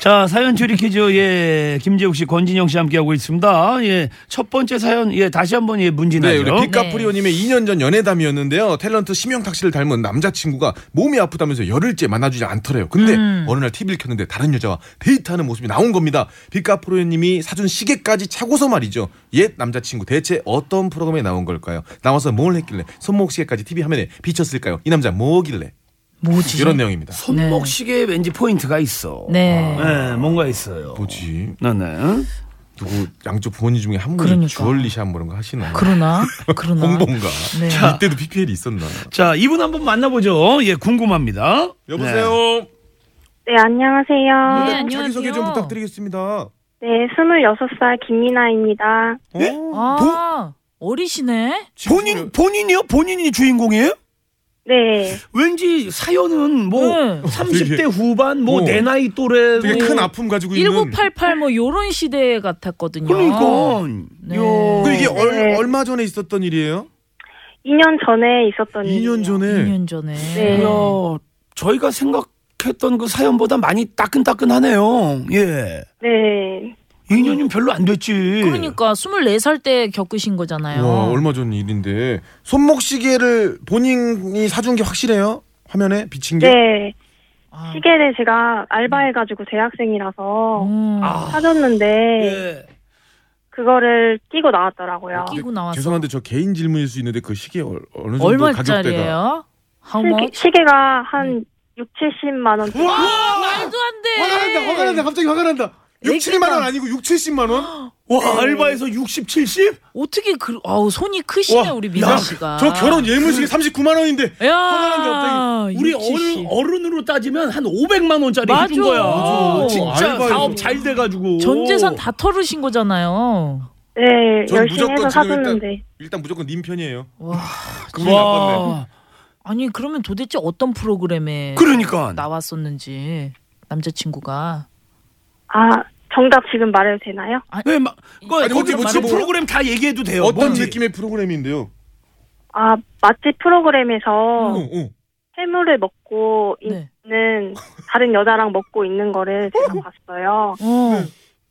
Speaker 1: 자 사연 추리 퀴즈 예 김재욱 씨 권진영 씨 함께 하고 있습니다. 예첫 번째 사연 예 다시 한번 예 문진아요.
Speaker 2: 네, 우리 피카프리오님의 2년 전 연애담이었는데요. 탤런트 심영탁 씨를 닮은 남자친구가 몸이 아프다면서 열흘째 만나주지 않더래요. 근데
Speaker 12: 음.
Speaker 2: 어느 날 TV를 켰는데 다른 여자와 데이트하는 모습이 나온 겁니다. 피카프리오님이 사준 시계까지 차고서 말이죠. 옛 남자친구 대체 어떤 프로그램에 나온 걸까요? 나와서 뭘 했길래 손목 시계까지 TV 화면에 비쳤을까요? 이 남자 뭐길래?
Speaker 3: 뭐지?
Speaker 2: 이런 내용입니다.
Speaker 1: 손목 시계에 왠지 포인트가 있어.
Speaker 2: 아.
Speaker 3: 네.
Speaker 1: 예, 뭔가 있어요.
Speaker 2: 뭐지?
Speaker 1: 네네.
Speaker 2: 누구 양쪽 부모님 중에 한 분이
Speaker 1: 그러니까.
Speaker 2: 주얼리샵 뭐 이런 거 하시나?
Speaker 3: 그러나 그러나
Speaker 2: 홍보인가?
Speaker 3: 네.
Speaker 2: 이때도 PPL이 있었나?
Speaker 1: 자 이분 한번 만나보죠. 예 궁금합니다.
Speaker 2: 여보세요?
Speaker 10: 네, 안녕하세요.
Speaker 2: 네, 자기소개 좀 부탁드리겠습니다.
Speaker 10: 네, 26살 김미나입니다.
Speaker 2: 어?
Speaker 3: 아, 어리시네.
Speaker 1: 본인 본인이요? 본인이 주인공이에요?
Speaker 10: 네.
Speaker 1: 왠지 사연은 뭐
Speaker 3: 네.
Speaker 1: 30대 후반 뭐
Speaker 3: 어.
Speaker 1: 내 나이 또래
Speaker 3: 되게
Speaker 1: 뭐
Speaker 3: 큰 아픔
Speaker 2: 가지고
Speaker 3: 1988 뭐 요런 시대 같았거든요.
Speaker 1: 그러니까.
Speaker 3: 네.
Speaker 2: 그 이게 얼, 얼마 전에 있었던 일이에요?
Speaker 10: 2년 전에 있었던
Speaker 4: 네.
Speaker 2: 2년 전에.
Speaker 3: 2년 전에.
Speaker 10: 네.
Speaker 1: 이야, 저희가 생각했던 그 사연보다 많이 따끈따끈하네요. 예.
Speaker 10: 네.
Speaker 1: 2년이면 별로 안 됐지.
Speaker 3: 그러니까 24살 때 겪으신 거잖아요.
Speaker 2: 네. 와 얼마 전 일인데 손목 시계를 본인이 사준 게 확실해요? 화면에
Speaker 1: 예?
Speaker 2: 비친 게?
Speaker 10: 네.
Speaker 1: 아.
Speaker 10: 시계를 제가 알바해가지고 재학생이라서
Speaker 1: 음.
Speaker 3: 음,
Speaker 1: 아,
Speaker 10: 사줬는데,
Speaker 3: 네.
Speaker 1: 예.
Speaker 10: 그거를 끼고 나왔더라고요. 끼고
Speaker 2: 죄송한데 저 개인 질문일 수 있는데 그 시계 얼, 어느 정도 가격대가?
Speaker 3: 얼마짜리예요? How much?
Speaker 10: 시계, 가한
Speaker 2: 네.
Speaker 10: 6, 70만 원.
Speaker 2: 와,
Speaker 3: 말도 안 돼.
Speaker 2: 화가 난다, 화가 난다, 갑자기 화가 난다. 6, 7만 원 아니고 6, 70만 원?
Speaker 3: 네.
Speaker 2: 와, 알바에서 60, 70?
Speaker 3: 어떻게 그 아우 손이 크시네
Speaker 2: 와,
Speaker 3: 우리 미나
Speaker 2: 야,
Speaker 3: 씨가.
Speaker 2: 저 결혼 예물시계 39만 원인데.
Speaker 3: 야,
Speaker 1: 우리 어른, 어른으로 따지면 한 500만 원짜리
Speaker 3: 맞아.
Speaker 1: 해준 거야.
Speaker 3: 맞아.
Speaker 1: 진짜
Speaker 3: 알바에서.
Speaker 1: 사업 잘 돼가지고.
Speaker 3: 전 재산 다 털으신 거잖아요.
Speaker 10: 네,
Speaker 2: 전 열심히 무조건 해서 지금 일단-
Speaker 3: 사줬는데.
Speaker 2: 일단 무조건 님 편이에요.
Speaker 3: 와,
Speaker 2: 그분이 나빴네.
Speaker 3: 아니 그러면 도대체 어떤 프로그램에
Speaker 1: 그러니까.
Speaker 3: 나왔었는지 남자친구가
Speaker 10: 아, 정답 지금 말해도 되나요?
Speaker 1: 네, 마, 그,
Speaker 2: 아니,
Speaker 1: 거기
Speaker 2: 어디
Speaker 1: 그
Speaker 2: 뭐-
Speaker 1: 프로그램 다 얘기해도 돼요.
Speaker 2: 어떤
Speaker 1: 네, 뭔지.
Speaker 2: 느낌의 프로그램인데요? 어,
Speaker 10: 아, 맛집
Speaker 5: 어.
Speaker 10: 프로그램에서 해물을 먹고
Speaker 1: 네.
Speaker 3: 있는
Speaker 10: 다른 여자랑 먹고 있는 거를 제가 봤어요.
Speaker 3: 네.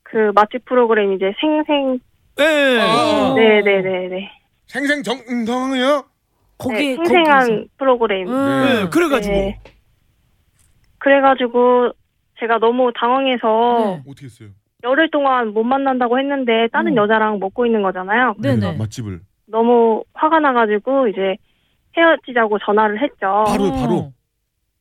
Speaker 10: 그 맛집 프로그램 이제 생생
Speaker 1: 네.
Speaker 2: 아.
Speaker 10: 네, 네, 네, 네.
Speaker 2: 생생 정당이요?
Speaker 10: 네, 생생한 프로그램.
Speaker 2: 네, 음. 그래가지고.
Speaker 10: 그래가지고 제가 너무
Speaker 3: 네.
Speaker 10: 당황해서
Speaker 2: 어떻게 했어요?
Speaker 10: 열흘 동안 못 만난다고 했는데 다른
Speaker 2: 음.
Speaker 10: 여자랑 먹고 있는 거잖아요.
Speaker 2: 아, 맛집을.
Speaker 10: 너무 화가 나가지고 이제 헤어지자고 전화를 했죠.
Speaker 2: 그 바로, 바로.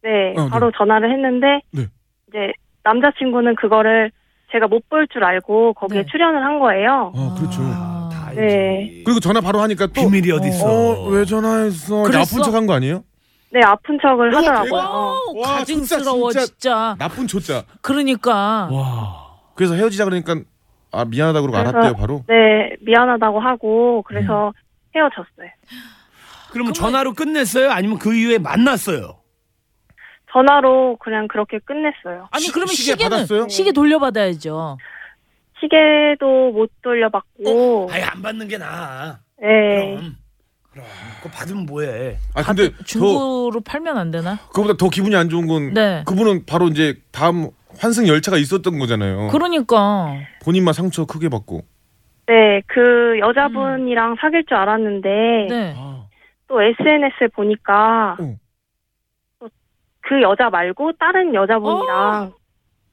Speaker 10: 네,
Speaker 2: 어, 네.
Speaker 10: 바로 전화를 했는데 이제 남자친구는 그거를 제가 못 볼 줄 알고 거기에 출연을 한 거예요.
Speaker 2: 네.
Speaker 5: 어.
Speaker 3: 어.
Speaker 2: 아, 그렇죠.
Speaker 10: 네,
Speaker 2: 그리고 전화 바로 하니까 또 비밀이
Speaker 1: 어디
Speaker 2: 있어? 어, 왜 전화했어? 이렇게
Speaker 10: 그랬어?
Speaker 2: 아픈 척한 거 아니에요?
Speaker 10: 네 아픈 척을 하더라고요. 어.
Speaker 2: 와,
Speaker 3: 어, 가증스러워 진짜,
Speaker 2: 나쁜 초짜.
Speaker 3: 그러니까.
Speaker 2: 그래서 헤어지자 그러니까 아 미안하다 그러고
Speaker 10: 그래서,
Speaker 2: 알았대요 바로. 음.
Speaker 10: 네 미안하다고 하고 그래서 헤어졌어요.
Speaker 1: 그러면 전화로 끝냈어요? 아니면 그 이후에 만났어요?
Speaker 10: 전화로 그냥 그렇게 끝냈어요.
Speaker 3: 아니 그러면 시계 는
Speaker 10: 네.
Speaker 3: 시계 돌려받아야죠.
Speaker 10: 시계도 못 돌려받고.
Speaker 1: 아예 안 받는 게 나아.
Speaker 2: 어.
Speaker 10: 네.
Speaker 1: 그거 받으면 뭐해?
Speaker 2: 아 근데 저
Speaker 3: 그 중고로 팔면 안 되나?
Speaker 2: 그보다 더 기분이 안 좋은 건
Speaker 3: 네.
Speaker 2: 그분은 바로 이제 다음 환승 열차가 있었던
Speaker 1: 어.
Speaker 2: 거잖아요.
Speaker 3: 그러니까.
Speaker 2: 본인만 상처 크게 받고.
Speaker 10: 네, 그 여자분이랑 사귈 줄 알았는데
Speaker 3: 네.
Speaker 1: 아,
Speaker 2: 아,
Speaker 10: 아, 또 SNS에 보니까 또그 여자 말고 다른
Speaker 2: 어?
Speaker 10: 여자분이랑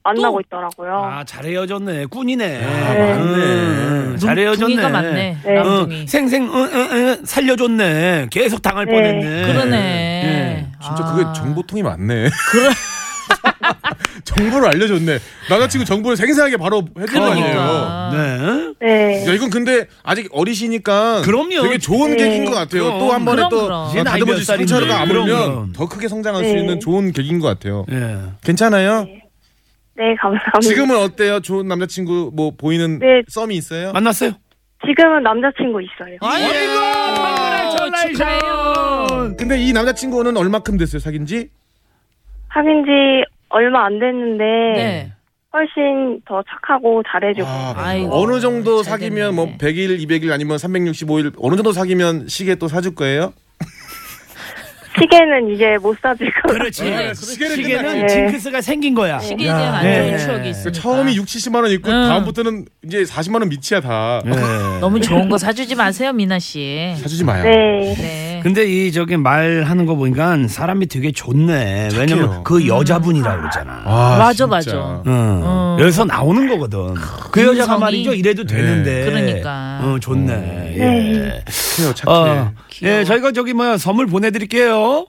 Speaker 10: 만나고 있더라고요.
Speaker 1: 아, 잘 헤어졌네. 꾼이네.
Speaker 2: 네.
Speaker 1: 음, 잘 헤어졌네. 어.
Speaker 3: 둥이가 맞네.
Speaker 1: 응,
Speaker 3: 남둥이.
Speaker 1: 생생, 응, 응, 응, 살려줬네. 계속 당할
Speaker 3: 네. 아.
Speaker 1: 뻔했네.
Speaker 3: 그러네.
Speaker 2: 예. 진짜 그게 정보통이 많네. 그래. (laughs) 정보를 알려줬네. 남자친구 정보를 생생하게 바로 해준 거
Speaker 1: 그러니까.
Speaker 2: 아니에요.
Speaker 10: 네.
Speaker 2: 야, 이건 근데 아직 어리시니까
Speaker 1: 그럼요.
Speaker 2: 되게 좋은
Speaker 1: 네.
Speaker 2: 계기인 것 같아요.
Speaker 1: 그럼,
Speaker 2: 또 한 번에
Speaker 1: 그럼,
Speaker 2: 또
Speaker 1: 그럼.
Speaker 2: 아,
Speaker 1: 이제 나이 몇
Speaker 2: 다듬어진
Speaker 1: 살인지.
Speaker 2: 상처를
Speaker 1: 그럼, 그럼. 네.
Speaker 2: 안으면 더 크게 성장할 수
Speaker 10: 네.
Speaker 2: 있는 좋은 계기인 것 같아요.
Speaker 1: 예.
Speaker 2: 괜찮아요?
Speaker 10: 네, 감사합니다.
Speaker 2: 지금은 어때요? 좋은 남자친구 뭐 보이는
Speaker 10: 네.
Speaker 2: 썸이 있어요?
Speaker 1: 만났어요?
Speaker 10: 지금은 남자친구 있어요.
Speaker 3: 네,
Speaker 1: 네,
Speaker 3: 아,
Speaker 2: 근데 이 남자친구는 얼마큼 됐어요? 사귄 지?
Speaker 10: 사귄 지 얼마 안 됐는데
Speaker 2: 네.
Speaker 3: 네.
Speaker 10: 훨씬 더 착하고 잘해주고.
Speaker 2: 아. 어느 정도 사귀면 뭐 100일, 200일 아니면 365일 어느 정도 사귀면 시계 또 사줄 거예요?
Speaker 10: 시계는 이제 못 사줄 거예요.
Speaker 1: 네, 그렇지. 시계는 징크스가 생긴 거야. 네.
Speaker 3: 시계에 대한 안 좋은 추억이 있으니까.
Speaker 2: 처음이 6, 70만 원 있고 다음부터는 이제 40만 원 밑이야 다. 아,
Speaker 3: 너무 좋은 거 사주지 마세요, 미나 씨.
Speaker 2: 사주지 마요.
Speaker 3: 네.
Speaker 1: 근데 이 저기 말하는 거 보니까 사람이 되게 좋네. 왜냐면 그 여자분이라고 그러잖아.
Speaker 3: 아, 맞아, 맞아. 진짜.
Speaker 1: 응.
Speaker 3: 어.
Speaker 1: 여기서 나오는 거거든. 그 여자가 말이죠. 이래도 되는데.
Speaker 3: 그러니까.
Speaker 1: 어, 좋네. 예.
Speaker 2: 착해요,
Speaker 1: 착해. 예, 저희가 저기 뭐야 선물 보내드릴게요.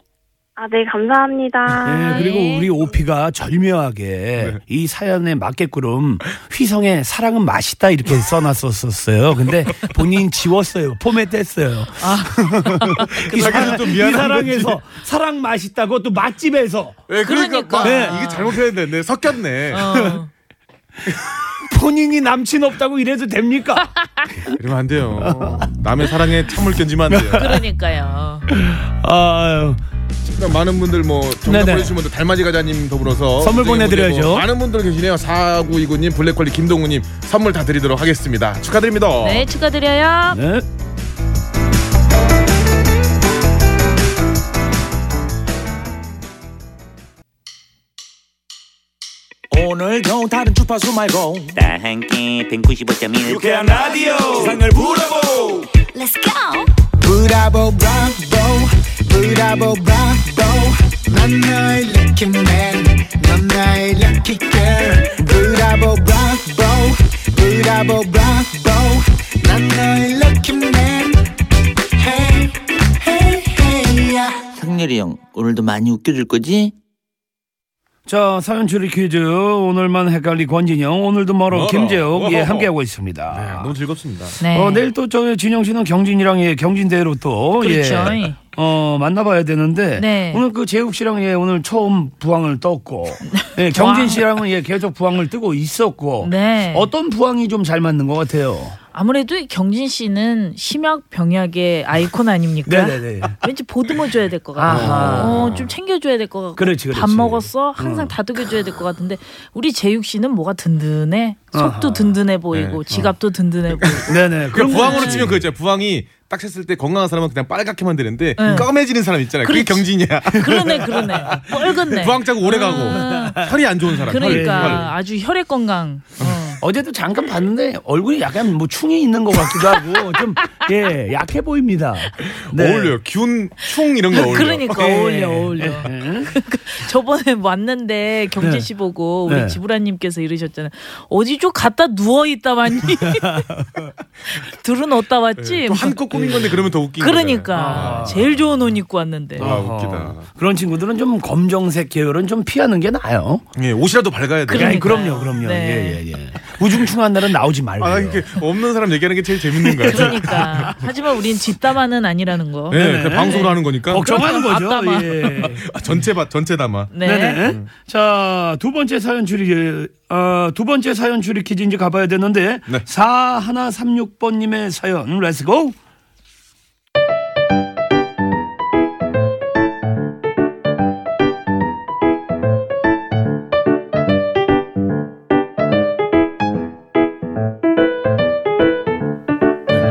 Speaker 10: 아, 네, 감사합니다.
Speaker 1: 예, 그리고 우리 오피가 절묘하게 이 사연에 맞게끔 휘성의 사랑은 맛있다 이렇게 써놨었었어요. 근데 본인 지웠어요. 포맷했어요. (laughs) 이, 사랑,
Speaker 2: 그 또 미안한
Speaker 1: 이 사랑에서
Speaker 2: 거지.
Speaker 1: 사랑 맛있다고 또 맛집에서.
Speaker 2: 예, 그러니까, 막 이게 잘못 표현됐네.
Speaker 3: 어.
Speaker 2: 섞였네.
Speaker 1: 본인이 남친 없다고 이래도 됩니까?
Speaker 2: (laughs) 이러면 안 돼요. 남의 사랑에 참을 견지면 안 돼요.
Speaker 3: 그러니까요.
Speaker 1: 아유.
Speaker 2: 그러니까 많은 분들 뭐 정답
Speaker 1: 네네.
Speaker 2: 보내주신 분들 달맞이 가자님 더불어서
Speaker 1: 선물
Speaker 2: 선생님
Speaker 1: 보내드려야죠.
Speaker 2: 보내고 많은 분들 계시네요. 4929님, 블랙홀리 김동우님 선물 다 드리도록 하겠습니다. 축하드립니다.
Speaker 3: 네,
Speaker 1: 어.
Speaker 3: 축하드려요.
Speaker 1: 네.
Speaker 9: 오늘도 다른 주파수 말고 다 함께 195.1
Speaker 8: 유쾌한 라디오. 세상을
Speaker 9: 물어보
Speaker 4: Let's go.
Speaker 8: 브라보 브라보 브라보 브라보 넌 나의 lucky man 넌 나의 lucky girl 브라보 브라보 브라보 브라보 넌 나의 lucky man Hey hey hey yeah
Speaker 9: 상렬이 형 오늘도 많이 웃겨줄 거지?
Speaker 1: 자, 사연 추리 퀴즈. 오늘만 헷갈리 권진영, 오늘도 멀어,
Speaker 2: 멀어.
Speaker 1: 김재욱. 예,
Speaker 2: 어허.
Speaker 1: 함께하고 있습니다.
Speaker 2: 아, 너무 즐겁습니다.
Speaker 3: 네.
Speaker 1: 어, 내일 또 저 진영 씨는 경진이랑 예, 경진대회로 또
Speaker 3: 그렇죠.
Speaker 1: 예, 어, 만나봐야 되는데
Speaker 3: 네.
Speaker 1: 오늘 그 재욱 씨랑 예, 오늘 처음 부항을 떴고 (laughs) 예, 경진 씨랑은 예, 계속 부항을 뜨고 있었고
Speaker 3: 네.
Speaker 1: 어떤 부항이 좀 잘 맞는 것 같아요.
Speaker 3: 아무래도 이 경진 씨는 심약 병약의 아이콘 아닙니까?
Speaker 1: 네네네.
Speaker 3: 왠지 보듬어 줘야 될 것
Speaker 1: 아하.
Speaker 3: 같고, 어, 좀 챙겨 줘야 될 것 같고,
Speaker 1: 그렇지, 음. 그렇지.
Speaker 3: 밥 먹었어 항상 다독여 줘야 될 것 같은데 우리 재육 씨는 뭐가 든든해, 속도
Speaker 2: 아하.
Speaker 3: 든든해 보이고,
Speaker 1: 네. 어.
Speaker 3: 지갑도 든든해
Speaker 1: (laughs)
Speaker 3: 보이고.
Speaker 1: 네네. 뭐-
Speaker 2: 그러니까
Speaker 3: 그런
Speaker 2: 부항으로
Speaker 3: 거지.
Speaker 2: 치면 그 있잖아요. 부항이 딱 쳤을 때 건강한 사람은 그냥 빨갛게만 되는데
Speaker 3: 네.
Speaker 2: 검해지는 사람 있잖아요. 그게 경진이야.
Speaker 3: 그러네, 그러네. 뭐
Speaker 1: (laughs)
Speaker 2: (laughs)
Speaker 3: 뻘근네.
Speaker 2: 부항 짜고 오래 가고 혈이 안 좋은 사람.
Speaker 3: 그러니까
Speaker 2: 혈, 혈.
Speaker 3: 아주 혈액 건강.
Speaker 1: 어제도 잠깐 봤는데 얼굴이 약간 뭐 충이 있는 것 같기도 하고 좀 예, 약해 보입니다.
Speaker 2: 어울려요. 기운 충 이런 거 어울려. 예,
Speaker 3: 그러니까 어울려 어울려. (laughs) 저번에 왔는데
Speaker 2: 네.
Speaker 3: 경진 씨 보고 우리
Speaker 2: 네.
Speaker 3: 지브라님께서 이러셨잖아요. 어디 좀 갔다 누워 있다만이 (laughs) 들은 어디다 왔지?
Speaker 2: 네, 또 한껏 아. 꾸민 건데 그러면 더 웃긴
Speaker 3: 그러니까 제일 좋은 옷 입고 왔는데.
Speaker 2: 아.
Speaker 1: 웃기다. 네. 어, 그런 친구들은 좀 검정색 계열은 좀 피하는 게 나아요.
Speaker 2: 예, 옷이라도 밝아야
Speaker 3: 돼요.
Speaker 1: 예, 그럼요, 그럼요.
Speaker 3: 네.
Speaker 1: 예, 예, 예. 우중충한 날은 나오지 말고.
Speaker 2: 아, 이게 없는 사람 얘기하는 게 제일 재밌는 거야.
Speaker 3: 그러니까 하지만 우린 뒷담화는 아니라는 거.
Speaker 2: 네, 그냥 방송을 하는 거니까.
Speaker 1: 걱정하는 거죠.
Speaker 3: 앞담화.
Speaker 1: 예.
Speaker 2: 아, 전체 봐, 전체 담아.
Speaker 3: (laughs) 네.
Speaker 1: 네네. 자, 두 번째 사연 줄이, 어, 두 번째 사연 줄이 퀴즈 이제 가봐야 되는데,
Speaker 2: 네.
Speaker 1: 4136번님의 사연, 렛츠고!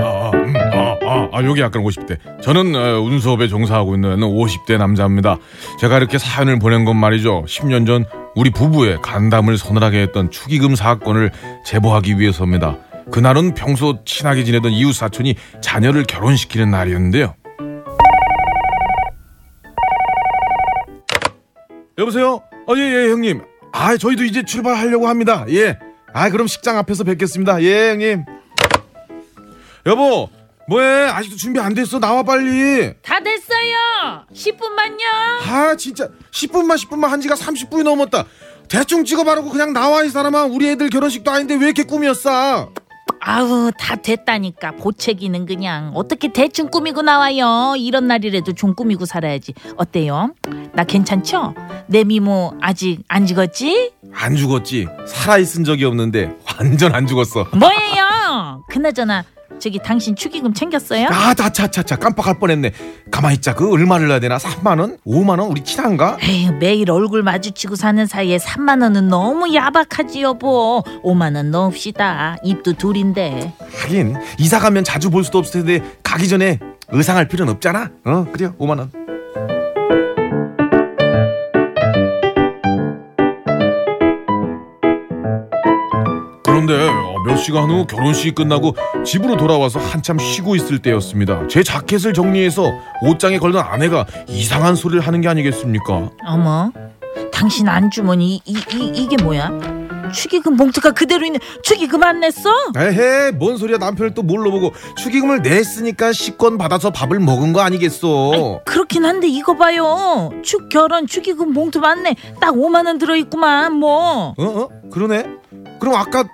Speaker 2: 아, 아, 아, 여기 약간 50대. 저는 어, 운수업에 종사하고 있는 50대 남자입니다. 제가 이렇게 사연을 보낸 건 말이죠. 10년 전 우리 부부의 간담을 서늘하게 했던 축의금 사건을 제보하기 위해서입니다. 그날은 평소 친하게 지내던 이웃 사촌이 자녀를 결혼시키는 날이었는데요. 여보세요? 어, 예, 예, 형님. 아, 저희도 이제 출발하려고 합니다. 예. 아, 그럼 식장 앞에서 뵙겠습니다. 예, 형님. 여보, 뭐해? 아직도 준비 안 됐어. 나와 빨리.
Speaker 3: 다 됐어요. 10분만요.
Speaker 2: 아, 진짜 10분만 10분만 한 지가 30분이 넘었다. 대충 찍어 바르고 그냥 나와 이 사람아. 우리 애들 결혼식도 아닌데 왜 이렇게 꾸몄어?
Speaker 3: 아우 다 됐다니까 보채기는 그냥 어떻게 대충 꾸미고 나와요 이런 날이라도 좀 꾸미고 살아야지 어때요 나 괜찮죠 내 미모 아직 안 죽었지
Speaker 2: 안 죽었지. 살아 있은 적이 없는데 완전 안 죽었어.
Speaker 3: 뭐예요 그나저나 저기 당신 축의금 챙겼어요
Speaker 2: 아, 다차차차 깜빡할 뻔했네. 가만 있자. 그 얼마를 넣어야 되나? 3만 원? 5만 원? 우리 친한가?
Speaker 3: 에휴, 매일 얼굴 마주치고 사는 사이에 3만 원은 너무 야박하지 여보 5만 원 넣읍시다 입도 둘인데
Speaker 2: 하긴 이사 가면 자주 볼 수도 없을 텐데 가기 전에 의상할 필요는 없잖아. 어, 그래요. 5만 원. 근데 어, 몇 시간 후 결혼식이 끝나고 집으로 돌아와서 한참 쉬고 있을 때였습니다. 제 자켓을 정리해서 옷장에 걸던 아내가 이상한 소리를 하는 게 아니겠습니까?
Speaker 3: 어머, 당신 안주머니 이, 이, 이, 이게 뭐야? 축의금 봉투가 그대로 있는 축의금 안 냈어?
Speaker 2: 에헤, 뭔 소리야 남편을 또 뭘로 보고 축의금을 냈으니까 식권 받아서 밥을 먹은 거 아니겠어?
Speaker 3: 그렇긴 한데 이거 봐요. 축 결혼 축의금 봉투 맞네. 딱 5만 원 들어 있구만 뭐.
Speaker 2: 어, 어? 그러네. 그럼 아까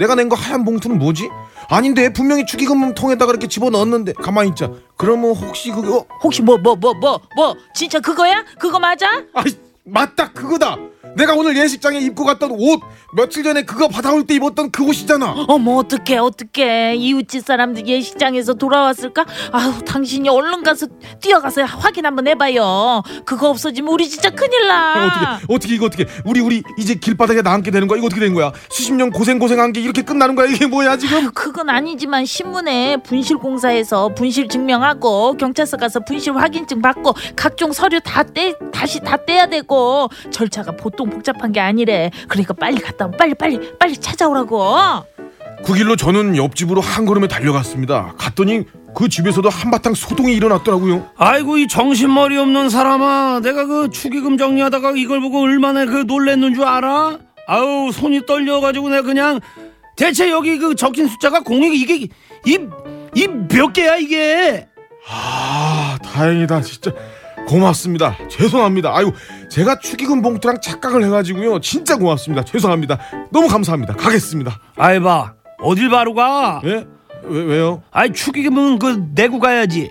Speaker 2: 내가 낸 거 하얀 봉투는 뭐지? 아닌데 분명히 축의금 통에다가 이렇게 집어 넣었는데 가만히 있자. 그러면 혹시 그거 어?
Speaker 3: 혹시 뭐 뭐 뭐 뭐 뭐 진짜 그거야? 그거 맞아?
Speaker 2: 아 맞다 그거다. 내가 오늘 예식장에 입고 갔던 옷 며칠 전에 그거 받아올 때 입었던 그 옷이잖아.
Speaker 3: 어머 어떡해 어떡해 이웃집 사람들 예식장에서 돌아왔을까? 아유 당신이 얼른 가서 뛰어가서 확인 한번 해봐요. 그거 없어지면 우리 진짜
Speaker 2: 아,
Speaker 3: 큰일 나.
Speaker 2: 어떻게 어떻게 이거 어떻게 우리 우리 이제 길바닥에 나앉게 되는 거야? 이거 어떻게 된 거야? 수십 년 고생 고생한 게 이렇게 끝나는 거야? 이게 뭐야 지금?
Speaker 3: 그건 아니지만 신문에 분실공사에서 분실 증명하고 경찰서 가서 분실 확인증 받고 각종 서류 다 떼, 다시 다 떼야 되고 절차가 보통 복잡한 게 아니래. 그러니까 빨리 갔다 오면 빨리 빨리 빨리 찾아오라고.
Speaker 2: 그 길로 저는 옆집으로 한 걸음에 달려갔습니다. 갔더니 그 집에서도 한바탕 소동이 일어났더라고요.
Speaker 1: 아이고 이 정신머리 없는 사람아 내가 그 축의금 정리하다가 이걸 보고 얼마나 그 놀랬는 줄 알아? 아우 손이 떨려가지고 내가 그냥 대체 여기 그 적힌 숫자가 공이 이게 이 이 몇 개야 이게
Speaker 2: 아 다행이다 진짜 고맙습니다 죄송합니다 아유 제가 축의금 봉투랑 착각을 해가지고요 진짜 고맙습니다 죄송합니다 너무 감사합니다 가겠습니다
Speaker 1: 아이봐 어딜 바로 가?
Speaker 2: 예? 왜, 왜요? 아,
Speaker 1: 아이 축의금은 그 내고 가야지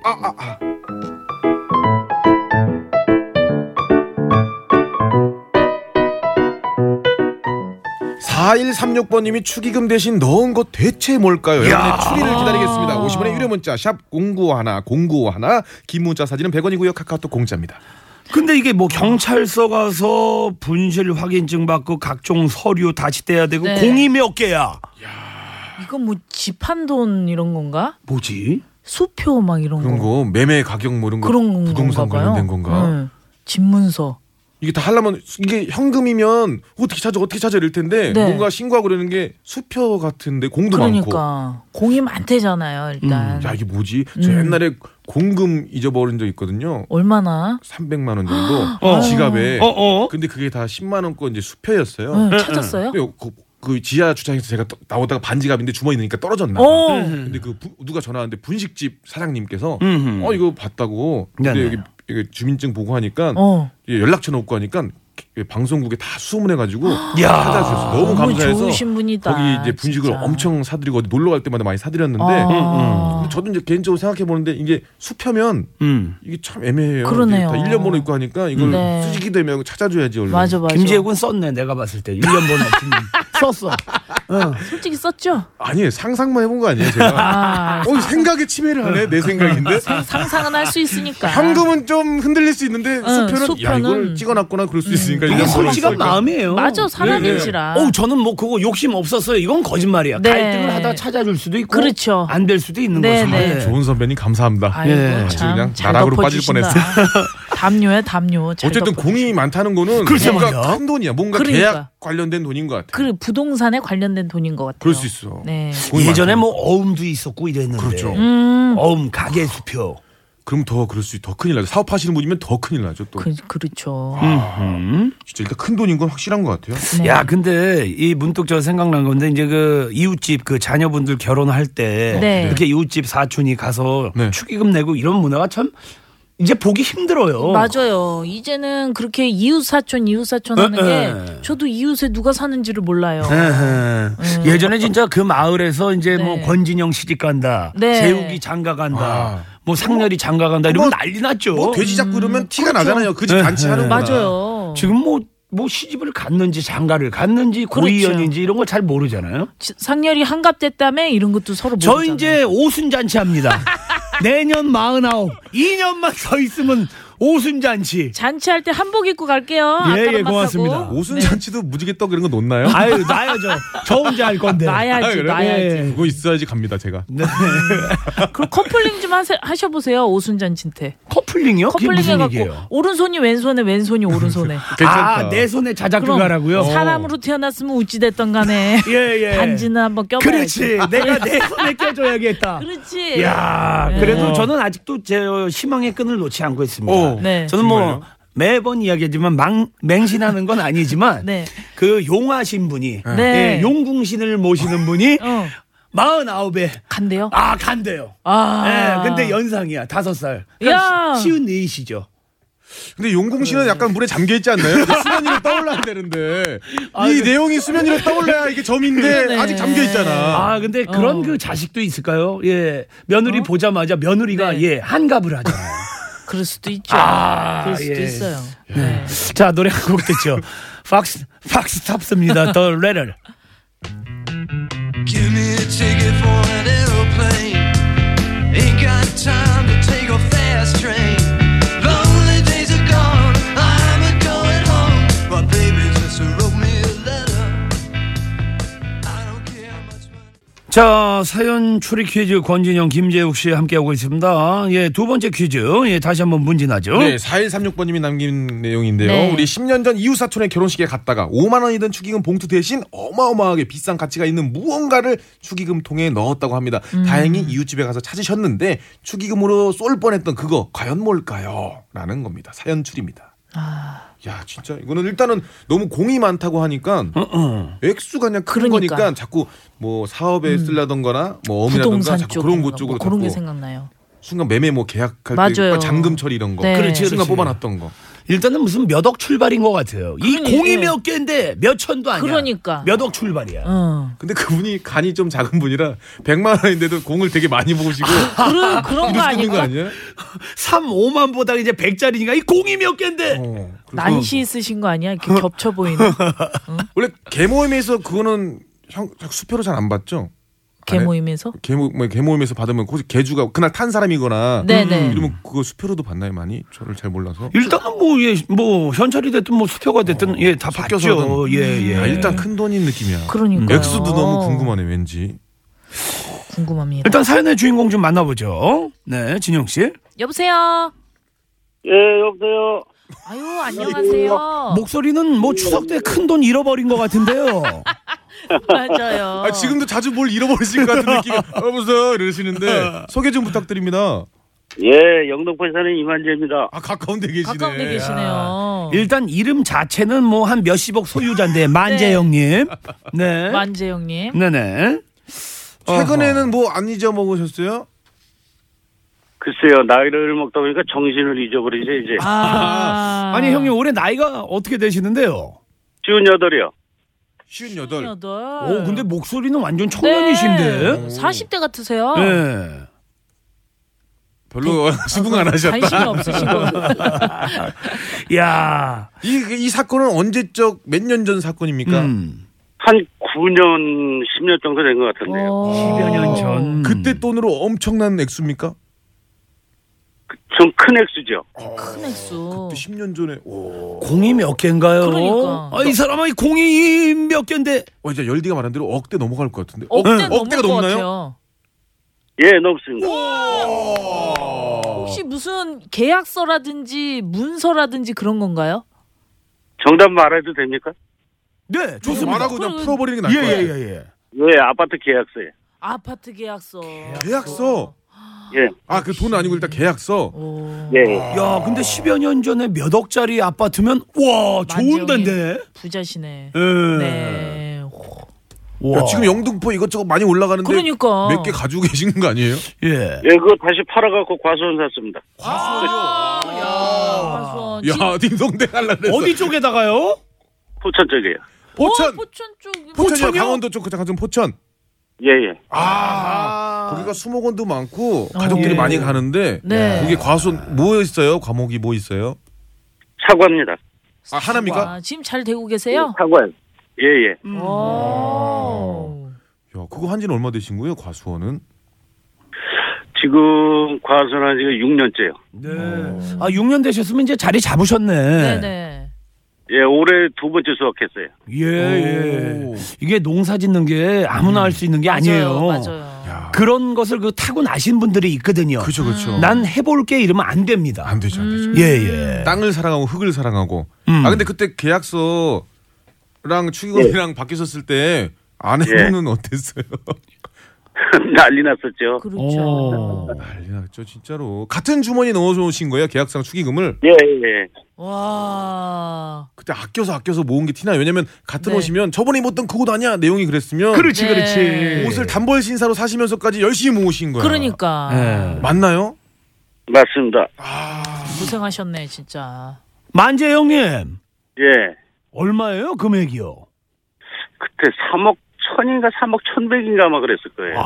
Speaker 2: 사 4136번님이 축의금 대신 넣은 것 대체 뭘까요? 여러분의 추리를 기다리겠습니다 50원의 유료 문자 샵 0951, 0951 긴 문자 사진은 100원이고요 카카오톡 공짜입니다
Speaker 1: 근데 이게 뭐 경찰서 가서 분실 확인증 받고 각종 서류 다시 떼야 되고
Speaker 3: 네.
Speaker 1: 공이 몇 개야?
Speaker 3: 이건 뭐 집한돈 이런 건가?
Speaker 1: 뭐지?
Speaker 3: 수표 막 이런
Speaker 2: 그런
Speaker 3: 거.
Speaker 2: 거 매매 가격 뭐 이런 거
Speaker 3: 그런 건가
Speaker 2: 부동산
Speaker 3: 봐요.
Speaker 2: 관련된 건가
Speaker 3: 응. 집문서.
Speaker 2: 이게 다 하려면 이게 현금이면 어떻게 찾아 어떻게 찾아 이럴 텐데
Speaker 3: 네.
Speaker 2: 뭔가 신고하고 그러는 게 수표 같은데 공도 많고 음,
Speaker 3: 그러니까 공이 많대잖아요. 일단
Speaker 2: 야 이게 뭐지 저
Speaker 3: 음.
Speaker 2: 옛날에 공금 잊어버린 적 있거든요
Speaker 3: 얼마나?
Speaker 2: 300만 원 정도
Speaker 3: (gasps) 어.
Speaker 2: 지갑에
Speaker 3: 어,
Speaker 2: 근데 그게 다 10만 원권 이제 수표였어요
Speaker 3: 응, 네, 찾았어요?
Speaker 2: 그, 그, 그 지하 주차장에서 제가 떠- 나오다가 반지갑인데 주머니 넣으니까 떨어졌나
Speaker 3: 어.
Speaker 2: 봐. 근데 그 부- 누가 전화 왔는데 분식집 사장님께서
Speaker 1: 음흠.
Speaker 2: 어 이거 봤다고 근데
Speaker 1: 네네.
Speaker 2: 여기, 여기 주민증 보고 하니까
Speaker 1: 어.
Speaker 2: 예, 연락처 넣고 하니까 게- 방송국에 다 수문해가지고
Speaker 1: 야.
Speaker 2: 찾아주셔서 너무
Speaker 3: 너무
Speaker 2: 감사해서
Speaker 3: 좋으신 분이다,
Speaker 2: 거기 이제 분식을
Speaker 3: 진짜.
Speaker 2: 엄청 사드리고 어디 놀러 갈 때마다 많이 사드렸는데 음,
Speaker 3: 아.
Speaker 2: 근데 저도 이제 개인적으로 생각해 보는데 이게 수표면
Speaker 1: 음.
Speaker 2: 이게 참 애매해요.
Speaker 1: 그러네요.
Speaker 2: 다 1년 번호 있고 하니까 이걸
Speaker 1: 네.
Speaker 2: 수직이 되면 찾아줘야지 얼른.
Speaker 1: 음. 김재욱은 썼네 내가 봤을 때 1년 번호 썼어.
Speaker 3: 솔직히 썼죠?
Speaker 2: 아니 상상만 해본 거 아니에요
Speaker 3: (laughs) 아.
Speaker 2: 제가. 어 생각에 침해를 하네 내 생각인데.
Speaker 3: 상상은 할 수 있으니까.
Speaker 2: 현금은 좀 흔들릴 수 있는데 수표는, 야
Speaker 3: 수표는.
Speaker 2: 이걸 찍어놨거나 그럴 수 있으니까
Speaker 1: 이게
Speaker 2: 일년 번호
Speaker 1: 솔직한
Speaker 2: 있으니까.
Speaker 1: 마음이에요.
Speaker 3: 맞아, 사람인지라.
Speaker 1: 어, 저는 뭐 그거 욕심 없었어요. 이건 거짓말이야.
Speaker 3: 네.
Speaker 1: 갈등을 하다 찾아줄 수도 있고, 그렇죠. 안 될 수도 있는
Speaker 3: 네,
Speaker 1: 거죠.
Speaker 3: 네.
Speaker 2: 좋은 선배님 감사합니다.
Speaker 3: 아이고,
Speaker 2: 예. 아주
Speaker 3: 참,
Speaker 2: 그냥
Speaker 3: 잘
Speaker 2: 나락으로 빠질
Speaker 3: 덮어주신다.
Speaker 2: 뻔했어요.
Speaker 3: (laughs) 담요야 담요. 잘
Speaker 2: 어쨌든
Speaker 3: 덮어.
Speaker 2: 공이 많다는 거는
Speaker 3: 글쎄
Speaker 2: 뭔가
Speaker 3: 말이야.
Speaker 2: 큰 돈이야. 뭔가
Speaker 3: 그러니까.
Speaker 2: 계약 관련된 돈인 것 같아.
Speaker 3: 그 부동산에 관련된 돈인 것 같아요.
Speaker 2: 그럴 수 있어.
Speaker 3: 네.
Speaker 1: 예전에 뭐 어음도 있었고 이랬는데. 그렇죠.
Speaker 3: 음.
Speaker 1: 어음 가게 수표.
Speaker 2: 그럼 더 그럴 수 더 큰일 나죠. 사업하시는 분이면 더 큰일 나죠. 또
Speaker 3: 그, 그렇죠.
Speaker 1: 아,
Speaker 2: 진짜 일단 큰 돈인 건 확실한 것 같아요.
Speaker 3: 네.
Speaker 1: 야, 근데 이 문득 저 생각난 건데 이제 그 이웃집 그 자녀분들 결혼할 때
Speaker 3: 네.
Speaker 1: 이렇게 이웃집 사촌이 가서
Speaker 2: 네.
Speaker 1: 축의금 내고 이런 문화가 참 이제 보기 힘들어요.
Speaker 3: 맞아요. 이제는 그렇게 이웃 사촌 이웃 사촌 하는
Speaker 1: 에,
Speaker 3: 게 저도 이웃에 누가 사는지를 몰라요.
Speaker 1: 네. 에헤.
Speaker 3: 음.
Speaker 1: 예전에 진짜 그 마을에서 이제 뭐 권진영 시집 간다,
Speaker 3: 네.
Speaker 1: 재욱이 장가 간다, 뭐 상렬이 장가 간다 이러면 난리 났죠.
Speaker 2: 아. 뭐 돼지 잡고 이러면 티가 나잖아요. 그집
Speaker 1: 어? 네.
Speaker 2: 잔치
Speaker 1: 네.
Speaker 2: 하는구나.
Speaker 3: 맞아요.
Speaker 1: 지금 뭐, 뭐 시집을 갔는지 장가를 갔는지
Speaker 3: 그렇죠.
Speaker 1: 고이연인지 이런 걸 잘 모르잖아요.
Speaker 3: 지- 상렬이 한갑됐다며 이런 것도 서로
Speaker 1: 저
Speaker 3: 모르잖아요. (laughs)
Speaker 1: 이제 오순잔치 합니다. 내년 마흔아홉, 2년만 더 있으면 오순잔치.
Speaker 3: 잔치할 때 한복 입고 갈게요.
Speaker 1: 예, 예,
Speaker 3: 네.
Speaker 1: 고맙습니다.
Speaker 2: 오순잔치도 무지개 떡 이런 거 놓나요?
Speaker 1: 아유, 놔야죠. 저 혼자 할 건데.
Speaker 3: 놔야지,
Speaker 2: 아유, 그래요?
Speaker 3: 놔야지.
Speaker 1: 네.
Speaker 2: 그거 있어야지 갑니다, 제가.
Speaker 3: 그럼 커플링 좀 하세, 하셔보세요. 오순잔치 때.
Speaker 1: 커플링이요? 어, 그게
Speaker 3: 커플링
Speaker 1: 무슨
Speaker 3: 해갖고
Speaker 1: 얘기예요?
Speaker 3: 오른손이 왼손에 왼손이
Speaker 1: (laughs)
Speaker 3: 오른손에.
Speaker 1: 아, 내 손에 자작극
Speaker 3: 그럼
Speaker 1: 하라고요?
Speaker 3: 사람으로 태어났으면 우찌 됐던 간에.
Speaker 1: (laughs) 예, 예.
Speaker 3: 반지는 한번 껴봐야지.
Speaker 1: 그렇지. 내가 내 손에
Speaker 3: (laughs)
Speaker 1: 껴줘야겠다.
Speaker 3: 그렇지.
Speaker 1: 야,
Speaker 3: 예.
Speaker 1: 그래도 저는 아직도 제 희망의 끈을 놓지 않고 있습니다.
Speaker 3: 네.
Speaker 1: 저는 뭐
Speaker 3: 정말요?
Speaker 1: 매번 이야기하지만 망, 맹신하는 건 아니지만 그 용하신 분이
Speaker 3: 네.
Speaker 1: 예, 용궁신을 모시는
Speaker 3: (laughs)
Speaker 1: 분이 49에
Speaker 3: 어, 간대요?
Speaker 1: 아, 간대요.
Speaker 3: 아.
Speaker 1: 예, 근데 연상이야. 다섯 살.
Speaker 3: 야.
Speaker 1: 쉬운 네이시죠.
Speaker 2: 근데 용궁 씨는 약간 물에 잠겨 있지 않나요? 이게 수면 위로 떠올라야 되는데 이 내용이 수면 위로 떠올라야 이게 점인데 아직 잠겨 있잖아.
Speaker 1: 아,
Speaker 3: 어.
Speaker 1: 근데 그런 그 자식도 있을까요? 예. 며느리 보자마자 며느리가
Speaker 3: 네.
Speaker 1: 예, 한갑을
Speaker 3: (laughs)
Speaker 1: 하잖아요.
Speaker 3: 그럴 수도 있죠.
Speaker 1: 아,
Speaker 3: 아, 그럴 수도
Speaker 1: 예.
Speaker 3: 있어요.
Speaker 1: 네. 자, 노래 한 곡
Speaker 3: (laughs)
Speaker 1: 듣죠. 박스 박스 탑스입니다. 더 레럴.
Speaker 13: Give me a ticket for an aeroplane. Ain't got time to take a fast train. Lonely days are gone. I'm a going home. My baby just wrote me a letter.
Speaker 1: 자, 사연 추리 퀴즈 권진영 김재욱 씨 함께하고 있습니다. 예, 두 번째 퀴즈. 예, 다시 한번 문진하죠.
Speaker 2: 네, 4136번님이 남긴 내용인데요.
Speaker 1: 네.
Speaker 2: 우리 10년 전 이웃 사촌의 결혼식에 갔다가 5만 원이던 축의금 봉투 대신 어마어마하게 비싼 가치가 있는 무언가를 축의금 통에 넣었다고 합니다.
Speaker 12: 음.
Speaker 2: 다행히 이웃집에 가서 찾으셨는데 축의금으로 쏠 뻔했던 그거 과연 뭘까요? 라는 겁니다. 사연 출입니다.
Speaker 3: 아.
Speaker 2: 야 진짜 이거는 일단은 너무 공이 많다고 하니까 액수가 그냥 큰
Speaker 3: 어, 그러니까. 음.
Speaker 2: 거니까 자꾸 뭐 사업에 쓰려던거나 뭐 어미라던가
Speaker 3: 부동산
Speaker 2: 자꾸
Speaker 3: 쪽
Speaker 2: 그런 것 쪽으로
Speaker 3: 그런 게
Speaker 2: 자꾸
Speaker 3: 생각나요.
Speaker 2: 순간 매매 뭐 계약할
Speaker 3: 맞아요.
Speaker 2: 때 잔금 처리 이런 거
Speaker 3: 네. 그렇지,
Speaker 2: 순간
Speaker 3: 그렇지.
Speaker 2: 뽑아놨던 거
Speaker 1: 일단은 무슨 몇 억 출발인 것 같아요. 이 공이 몇 개인데 몇 천도 아니야.
Speaker 3: 예. 그러니까.
Speaker 1: 몇 억 출발이야.
Speaker 2: 근데 그분이 간이 좀 작은 분이라 100만 원인데도 공을 되게 많이
Speaker 3: (laughs)
Speaker 2: 보시고
Speaker 1: 그런-
Speaker 3: 그런
Speaker 2: 이렇게
Speaker 3: 거
Speaker 2: 되는
Speaker 3: 아닐까?
Speaker 2: 아니야?
Speaker 1: 3, 5만 보다 이제 100짜리니까 이 공이 몇 개인데.
Speaker 2: 어.
Speaker 3: 난시 있으신 거 아니야? 이렇게
Speaker 1: (laughs)
Speaker 3: 겹쳐 보이는.
Speaker 2: 원래 개모임에서 그거는 형 수표로 잘 안 받죠?
Speaker 1: 아, 네.
Speaker 3: 개 모임에서?
Speaker 2: 개모 뭐 개모임에서 받으면 혹시 개주가 그날 탄 사람이거나 음,
Speaker 3: 네네.
Speaker 2: 이러면 그거 수표로도 받나요 많이? 저를 잘 몰라서
Speaker 1: 일단은 뭐, 예, 뭐, 현찰이 됐든 뭐 수표가
Speaker 2: 어,
Speaker 1: 됐든 예, 다 받죠.
Speaker 2: 섞여서는.
Speaker 1: 예, 예.
Speaker 2: 아, 일단 큰 돈인 느낌이야.
Speaker 3: 그러니까요.
Speaker 2: 액수도 너무 궁금하네 왠지.
Speaker 3: 궁금합니다.
Speaker 1: 일단 사연의 주인공 좀 만나보죠. 네, 진영 씨.
Speaker 3: 여보세요.
Speaker 14: 예, 여보세요.
Speaker 3: 아유, 안녕하세요.
Speaker 1: 목소리는 뭐 추석 때 큰 돈 잃어버린 것 (laughs) 같은데요.
Speaker 3: (laughs) 맞아요.
Speaker 2: 아, 지금도 자주 뭘 잃어버리신 것
Speaker 3: (laughs)
Speaker 2: 같은 느낌이 여보세요
Speaker 3: 네.
Speaker 2: 이러시는데 소개 좀 부탁드립니다.
Speaker 14: 예, 영등포에 사는 이만재입니다.
Speaker 2: 아, 가까운 데 계시네.
Speaker 3: 가까운 데 계시네요.
Speaker 1: 일단 이름 자체는 뭐 한 몇십억 소유자인데 만재형님. 네.
Speaker 3: 만재영님.
Speaker 1: 네네.
Speaker 2: 최근에는 뭐 안 잊어먹으셨어요?
Speaker 14: 글쎄요, 나이를 먹다 보니까 정신을 잊어버리죠, 이제.
Speaker 1: 아. 아니 형님 올해 나이가 어떻게 되시는데요?
Speaker 14: 쉬운 여덟이요.
Speaker 2: 쉬운 여덟.
Speaker 1: 오 근데 목소리는 완전 청년이신데.
Speaker 3: 네. 40대 같으세요.
Speaker 1: 네.
Speaker 2: 별로 (laughs) 수긍 안 하셨다.
Speaker 3: 관심이 없으신 것
Speaker 1: 야,
Speaker 2: 이, 이 사건은 언제적 몇 년 전 사건입니까?
Speaker 1: 음.
Speaker 14: 한 9년, 10년 정도 된 것
Speaker 3: 어.
Speaker 14: 같은데요.
Speaker 2: 10여
Speaker 1: 어.
Speaker 2: 년 전. 그때 돈으로 엄청난 액수입니까?
Speaker 14: 좀 큰 액수죠.
Speaker 3: 큰
Speaker 2: 어.
Speaker 3: 액수.
Speaker 2: 10년 전에. 오.
Speaker 1: 공이 몇 개인가요?
Speaker 2: 그러니까.
Speaker 1: 아, 이 사람이 공이 몇 개인데?
Speaker 2: 어, 이제 열디가 말한 대로 억대 넘어갈 것 같은데.
Speaker 3: 억대
Speaker 2: 네.
Speaker 3: 넘을
Speaker 2: 억대가
Speaker 3: 것
Speaker 2: 넘나요?
Speaker 3: 같아요.
Speaker 14: 예, 넘습니다.
Speaker 3: 혹시 무슨 계약서라든지 문서라든지 그런 건가요?
Speaker 14: 정답 말해도 됩니까?
Speaker 1: 네,
Speaker 2: 좋습니다. 뭐 말하고 그냥 풀어버리는 게 나을
Speaker 14: 예,
Speaker 2: 거예요.
Speaker 14: 예, 예, 아파트 계약서요.
Speaker 3: 아파트 계약서.
Speaker 2: 계약서.
Speaker 14: 예.
Speaker 2: 아, 그 돈 아니고 일단 계약서.
Speaker 14: 예.
Speaker 1: 야, 근데 10여 년 전에 몇 억짜리 아파트면 와, 좋은 데인데.
Speaker 3: 부자시네.
Speaker 1: 네.
Speaker 2: 야, 그러니까 지금 영등포 이것저것 많이 올라가는데
Speaker 14: 그러니까.
Speaker 2: 몇 개 가지고 계신 거 아니에요?
Speaker 1: 예.
Speaker 14: 예, 그거 다시 팔아갖고 과수원 샀습니다.
Speaker 3: 어,
Speaker 2: 야, (laughs) 딩동댕 할라 그랬어.
Speaker 1: 어디 쪽에다가요?
Speaker 14: 포천 쪽이에요.
Speaker 2: 어, 포천.
Speaker 3: 포천 쪽.
Speaker 2: 포천이요? 강원도 쪽 잠깐 좀 포천.
Speaker 14: 예, 예.
Speaker 2: 아, 거기가 수목원도 많고 가족들이
Speaker 14: 예.
Speaker 2: 많이 가는데
Speaker 14: 네.
Speaker 2: 거기
Speaker 1: 아.
Speaker 2: 과수원 뭐 있어요? 과목이 뭐 있어요?
Speaker 14: 사과입니다.
Speaker 2: 아, 하나입니까?
Speaker 3: 와, 지금 잘 되고 계세요?
Speaker 14: 사과요. 예, 예.
Speaker 3: 오.
Speaker 2: 야, 그거 한지는 얼마 되신 거예요? 과수원은?
Speaker 14: 지금 과수한 지가 6년째요.
Speaker 1: 네. 아, 6년 되셨으면 이제 자리 잡으셨네.
Speaker 14: 예, 올해 두 번째 수확했어요. (laughs)
Speaker 1: 예, 예. 이게 농사 짓는 게 아무나 할 수 있는 게 아니에요. 그런 것을 그 타고 나신 분들이 있거든요. 그죠,
Speaker 2: 그죠.
Speaker 14: 음.
Speaker 1: 난 해볼게 이러면 안 됩니다. 안
Speaker 2: 되죠, 안
Speaker 1: 되죠. 예, 예.
Speaker 2: 땅을 사랑하고 흙을 사랑하고.
Speaker 14: 음.
Speaker 2: 아 근데 그때 계약서랑
Speaker 1: 예.
Speaker 2: 축의금이랑 바뀌었을때 아내분은 어땠어요? (laughs)
Speaker 14: 난리 났었죠.
Speaker 1: 어.
Speaker 2: 그렇죠. 난리 났죠 진짜로. 같은 주머니 넣어놓으신 거예요 계약상 축의금을?
Speaker 14: 예 예.
Speaker 3: 와.
Speaker 2: 그때 아껴서 아껴서 모은 게 티나. 요 왜냐면
Speaker 14: 네.
Speaker 2: 같은 옷이면 저번에 입었던 그 옷 아니야 내용이 그랬으면.
Speaker 3: 그렇지, 네. 그렇지.
Speaker 2: 옷을 단벌 신사로 사시면서까지 열심히 모으신 거야.
Speaker 3: 그러니까
Speaker 1: 네. 예.
Speaker 2: 맞나요?
Speaker 14: 맞습니다.
Speaker 3: 고생하셨네 진짜.
Speaker 1: 만재 형님.
Speaker 14: 예.
Speaker 1: 얼마예요, 금액이요?
Speaker 14: 그때 3억 천인가 3억 천백인가 아마 그랬을 거예요.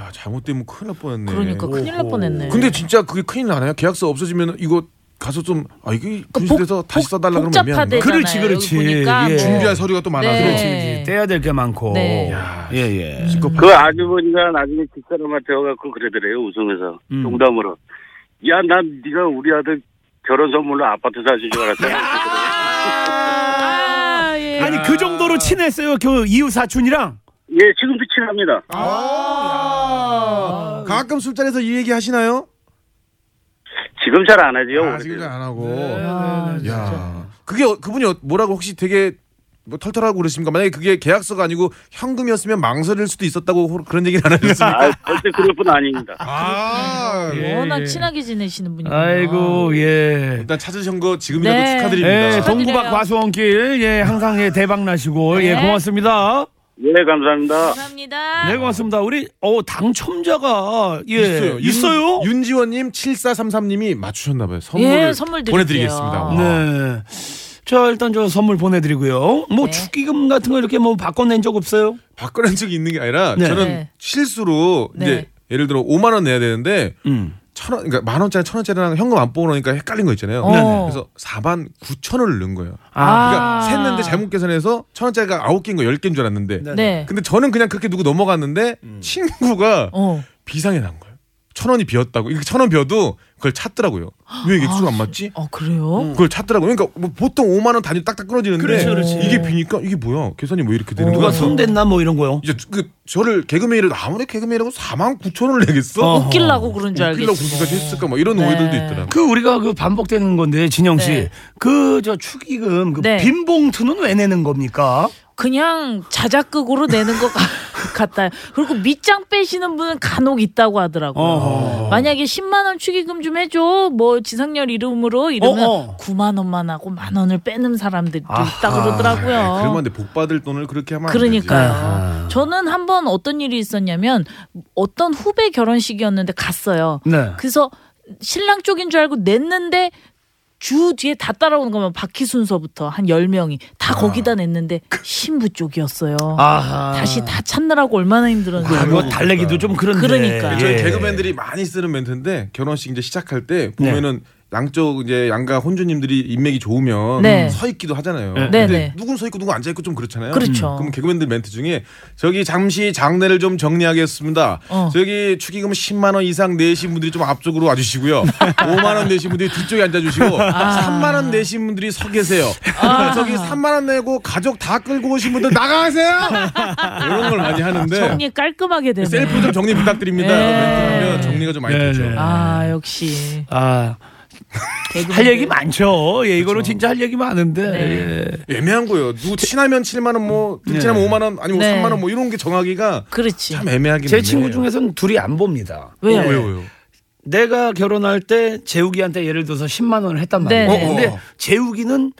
Speaker 2: 야 잘못되면 큰일 날 뻔했네.
Speaker 3: 그러니까 큰일 날 뻔했네.
Speaker 2: 근데 진짜 그게 큰일 나나요? 계약서 없어지면 이거 가서 좀 아 이게 분실돼서 다시 써달라 그러면
Speaker 3: 그 복잡하대잖아요.
Speaker 1: 그렇지, 그렇지. 여기 보니까 예. 뭐.
Speaker 2: 준비할 서류가 또 많아서
Speaker 3: 네.
Speaker 1: 그렇지, 그렇지. 예, 떼야 될 게 많고.
Speaker 3: 네.
Speaker 1: 예, 예.
Speaker 14: 그 아주머니가 나중에 뒷사람한테 와갖고 그러더래요 웃으면서
Speaker 2: 음.
Speaker 14: 농담으로 야난 네가 우리 아들 결혼 선물로 아파트 사줄 줄 알았잖아
Speaker 3: 예.
Speaker 1: 아니 그 정도로 친했어요, 그 이웃 사촌이랑.
Speaker 14: 예, 지금도 친합니다.
Speaker 2: 아~ 가끔 술자리에서 이 얘기 하시나요?
Speaker 14: 지금 잘 안 하지요
Speaker 2: 아, 지금 잘 안 하고.
Speaker 3: 네. 아,
Speaker 1: 네,
Speaker 2: 야 그게 어- 그분이 어- 뭐라고 혹시 되게 뭐 털털하고 그러십니까? 만약에 그게 계약서가 아니고 현금이었으면 망설일 수도 있었다고 호- 그런 얘기를 안 하셨습니까?
Speaker 14: 아, 절대 그럴 분 아닙니다.
Speaker 2: 아,
Speaker 1: 네. 예.
Speaker 3: 워낙 친하게 지내시는 분이.
Speaker 1: 아이고 예.
Speaker 2: 일단 찾으신 거 지금이라도
Speaker 3: 네.
Speaker 2: 축하드립니다.
Speaker 1: 예, 동구박 과수원길 예 항상 예 대박 나시고
Speaker 3: 네.
Speaker 1: 예 고맙습니다.
Speaker 14: 예 감사합니다.
Speaker 3: 감사합니다.
Speaker 1: 네 고맙습니다. 우리 어 당첨자가 예 있어요.
Speaker 2: 윤, 지원님 7433님이 맞추셨나 봐요. 선물
Speaker 1: 예,
Speaker 3: 선물
Speaker 1: 드릴게요.
Speaker 2: 보내드리겠습니다.
Speaker 3: 아.
Speaker 2: 와.
Speaker 1: 네. 자 일단 저 선물 보내드리고요.
Speaker 3: 네.
Speaker 1: 뭐 축의금 같은 거 이렇게 뭐 바꿔낸 적 없어요?
Speaker 2: 바꿔낸 적이 있는 게 아니라
Speaker 1: 네.
Speaker 2: 저는
Speaker 1: 네.
Speaker 2: 실수로 이제 예를 들어 5만 원 내야 되는데
Speaker 3: 음.
Speaker 2: 천 원, 그러니까 만 원짜리 천 원짜리랑 현금 안 뽑으니까 헷갈린 거 있잖아요.
Speaker 1: 네네.
Speaker 2: 그래서 4만 9천 원을 넣은 거예요.
Speaker 1: 아.
Speaker 2: 그러니까 샜는데 잘못 계산해서 천 원짜리가 9개인 거 10개인 줄 알았는데.
Speaker 3: 네.
Speaker 2: 근데 저는 그냥 그렇게 누구 넘어갔는데
Speaker 1: 음.
Speaker 2: 친구가
Speaker 1: 어.
Speaker 3: 어,
Speaker 2: 비상에 난 거예요. 천 원이 비었다고. 이렇게 천 원 비어도 그걸 찾더라고요. 왜 이게 수가 안 맞지?
Speaker 3: 아 그래요?
Speaker 2: 그걸 찾더라고요. 그러니까 뭐 보통 5만 원 단위 딱딱 끊어지는데
Speaker 1: 어. 그렇죠, 그렇지, 그렇지.
Speaker 2: 이게 비니까 이게 뭐야? 계산이 뭐 이렇게 되는 거야?
Speaker 1: 누가 손댔나 뭐 이런 거요?
Speaker 2: 이제 그 저를 개그맨이라 아무리 개그맨이라고 4만 9천 원을 내겠어?
Speaker 1: 어허. 웃기려고
Speaker 3: 그런
Speaker 1: 줄
Speaker 2: 웃기려고
Speaker 1: 알겠어.
Speaker 2: 그렇게까지 했을까? 막 이런 오해들도 있더라고.
Speaker 1: 그 우리가 그 반복되는 건데 진영 씨,
Speaker 3: 네.
Speaker 1: 그 저 축의금 그
Speaker 3: 네.
Speaker 1: 빈 봉투는 왜 내는 겁니까?
Speaker 3: 그냥 자작극으로 내는 것 같- (laughs) 같아요. 그리고 밑장 빼시는 분은 간혹 있다고 하더라고요.
Speaker 2: 어.
Speaker 3: 만약에 10만 원 축의금 좀 해줘, 뭐 지상렬 이름으로
Speaker 2: 어,
Speaker 3: 이러면 9만 원만 하고 만 원을 빼는 사람들도 있다 그러더라고요.
Speaker 2: 아, 그러면 네. 안 돼. 복 받을 돈을 그렇게 하면 안
Speaker 1: 네.
Speaker 3: 그러니까요.
Speaker 2: 되지.
Speaker 3: 저는 한 번 어떤 일이 있었냐면 어떤 후배 결혼식이었는데 갔어요.
Speaker 1: 네.
Speaker 3: 그래서 신랑 쪽인 줄 알고 냈는데 주 뒤에 다 따라오는 거면 바퀴 순서부터 한 10명이
Speaker 2: 아.
Speaker 3: 다 거기다 냈는데
Speaker 2: 그
Speaker 3: 신부 쪽이었어요.
Speaker 1: 아하.
Speaker 3: 다시 다 찾느라고 얼마나 힘들었는지.
Speaker 1: 아, 그거 달래기도 좀 그런데.
Speaker 3: 그러니까.
Speaker 2: 저희
Speaker 1: 예.
Speaker 2: 개그맨들이 많이 쓰는 멘트인데 결혼식 이제 시작할 때 보면은 양쪽 이제 양가 혼주님들이 인맥이 좋으면
Speaker 3: 네.
Speaker 2: 서 있기도 하잖아요.
Speaker 3: 네.
Speaker 2: 근데
Speaker 3: 네네.
Speaker 2: 누군 서 있고 누군 앉아 있고 좀 그렇잖아요. 음.
Speaker 3: 그렇죠.
Speaker 2: 그럼 개그맨들 멘트 중에 저기 잠시 장례를 좀 정리하겠습니다.
Speaker 3: 어.
Speaker 2: 저기 축의금 10만 원 이상 내신 분들이 좀 앞쪽으로
Speaker 3: (laughs)
Speaker 2: 와주시고요. 5만 원 내신 분들이 뒤쪽에 앉아주시고
Speaker 12: 아.
Speaker 2: 3만 원 내신 분들이 서 계세요.
Speaker 3: 아.
Speaker 2: (laughs) 저기 3만 원 내고 가족 다 끌고 오신 분들
Speaker 3: (laughs)
Speaker 2: 나가세요. 이런 걸 많이 하는데
Speaker 3: 정리 깔끔하게 되네. 네.
Speaker 2: 셀프 좀 정리 부탁드립니다. 멘트 하면 정리가 좀 많이
Speaker 1: 네,
Speaker 2: 되죠.
Speaker 3: 아, 역시.
Speaker 1: 아. 할 얘기 많죠. 예,
Speaker 2: 그렇죠.
Speaker 1: 이거로 진짜 할 얘기 많은데.
Speaker 3: 네.
Speaker 2: 예. 애매한 거예요. 누구 친하면 7만 원, 뭐
Speaker 1: 네.
Speaker 2: 친하면 5만 원, 아니면
Speaker 1: 네.
Speaker 2: 3만 원, 뭐 이런 게 정하기가
Speaker 3: 그렇지.
Speaker 2: 참 애매하긴
Speaker 1: 제
Speaker 2: 애매해요.
Speaker 1: 친구 중에서는 둘이 안 봅니다.
Speaker 2: 네. 왜요?
Speaker 1: 예.
Speaker 2: 왜요, 왜요?
Speaker 1: 내가 결혼할 때 재욱이한테 예를 들어서 10만 원을 했단
Speaker 3: 네.
Speaker 1: 말이에요.
Speaker 3: 어, 어.
Speaker 1: 근데 재욱이는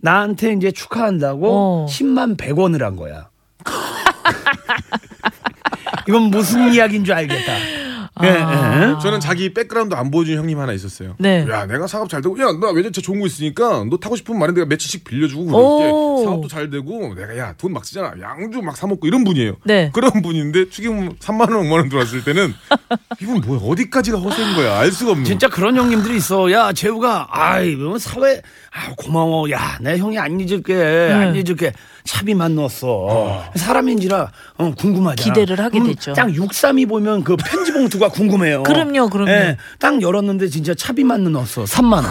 Speaker 1: 나한테 이제 축하한다고 10만 100원을 한 (laughs) 거야. 이건 무슨 이야기인 줄 알겠다.
Speaker 2: 예, 예. 저는 자기 백그라운드 안 보여준 형님 하나 있었어요.
Speaker 3: 아. 네.
Speaker 2: 야, 내가 사업 잘 되고, 야, 나 외제차 좋은 거 있으니까 너 타고 싶은 말에 내가 며칠씩 빌려주고 그럴게.
Speaker 3: 오.
Speaker 2: 사업도 잘 되고, 내가 야, 돈 막 쓰잖아. 양주 막 사먹고 이런 분이에요.
Speaker 3: 네.
Speaker 2: 그런 분인데 축의금 3만원, 5만원 들어왔을 때는 이분 뭐야, 어디까지가 허세인 거야. 알 수가 없는 거야.
Speaker 1: 진짜 그런 형님들이 있어. 야, 재우가, 아이, 뭐 사회, 아, 고마워. 야, 내 형이 안 잊을게.
Speaker 3: 네.
Speaker 1: 안 잊을게. 차비만 넣었어. 사람인지라 어, 궁금하잖아. 음,
Speaker 3: 기대를 하게 되죠.
Speaker 1: 딱 632 보면 그 편지 봉투가 궁금해요.
Speaker 3: 그럼요, 그럼요.
Speaker 1: 예, 딱 열었는데 진짜 차비만 넣었어. 3만원.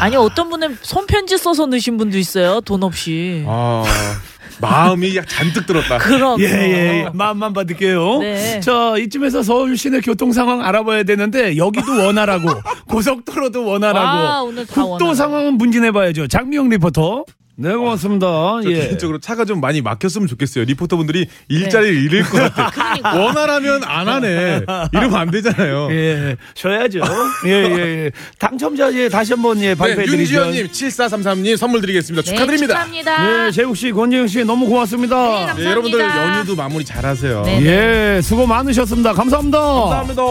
Speaker 3: 아니 어떤 분은 손편지 써서 넣으신 분도 있어요. 돈 없이.
Speaker 2: 아, 마음이 약 잔뜩 들었다.
Speaker 3: 그럼.
Speaker 1: 예, 예, 예. 마음만 받을게요.
Speaker 3: 네.
Speaker 1: 자, 이쯤에서 서울 시내 교통 상황 알아봐야 되는데, 여기도 원활하고, (laughs) 고속도로도 원활하고,
Speaker 3: 와, 오늘 다
Speaker 1: 아, 국도
Speaker 3: 원활하고.
Speaker 1: 상황은 문진해봐야죠. 장미영 리포터. 네, 고맙습니다.
Speaker 2: 저
Speaker 1: 예.
Speaker 2: 개인적으로 차가 좀 많이 막혔으면 좋겠어요. 리포터분들이 일자리를 잃을 것 (laughs) 같아. 원활하면 안 하네. 이러면 안 되잖아요. 네,
Speaker 1: 예, 쉬어야죠. 예, 예, 예. 당첨자, 예, 다시 한 번, 예,
Speaker 2: 네,
Speaker 1: 발표해드리죠.
Speaker 2: 윤지현님 7433님 선물 드리겠습니다. 축하드립니다.
Speaker 1: 네, 재국 씨, 권재영 씨, 너무 고맙습니다.
Speaker 2: 네, 여러분들 연휴도 마무리 잘하세요.
Speaker 1: 예, 수고 많으셨습니다. 감사합니다.
Speaker 2: 감사합니다.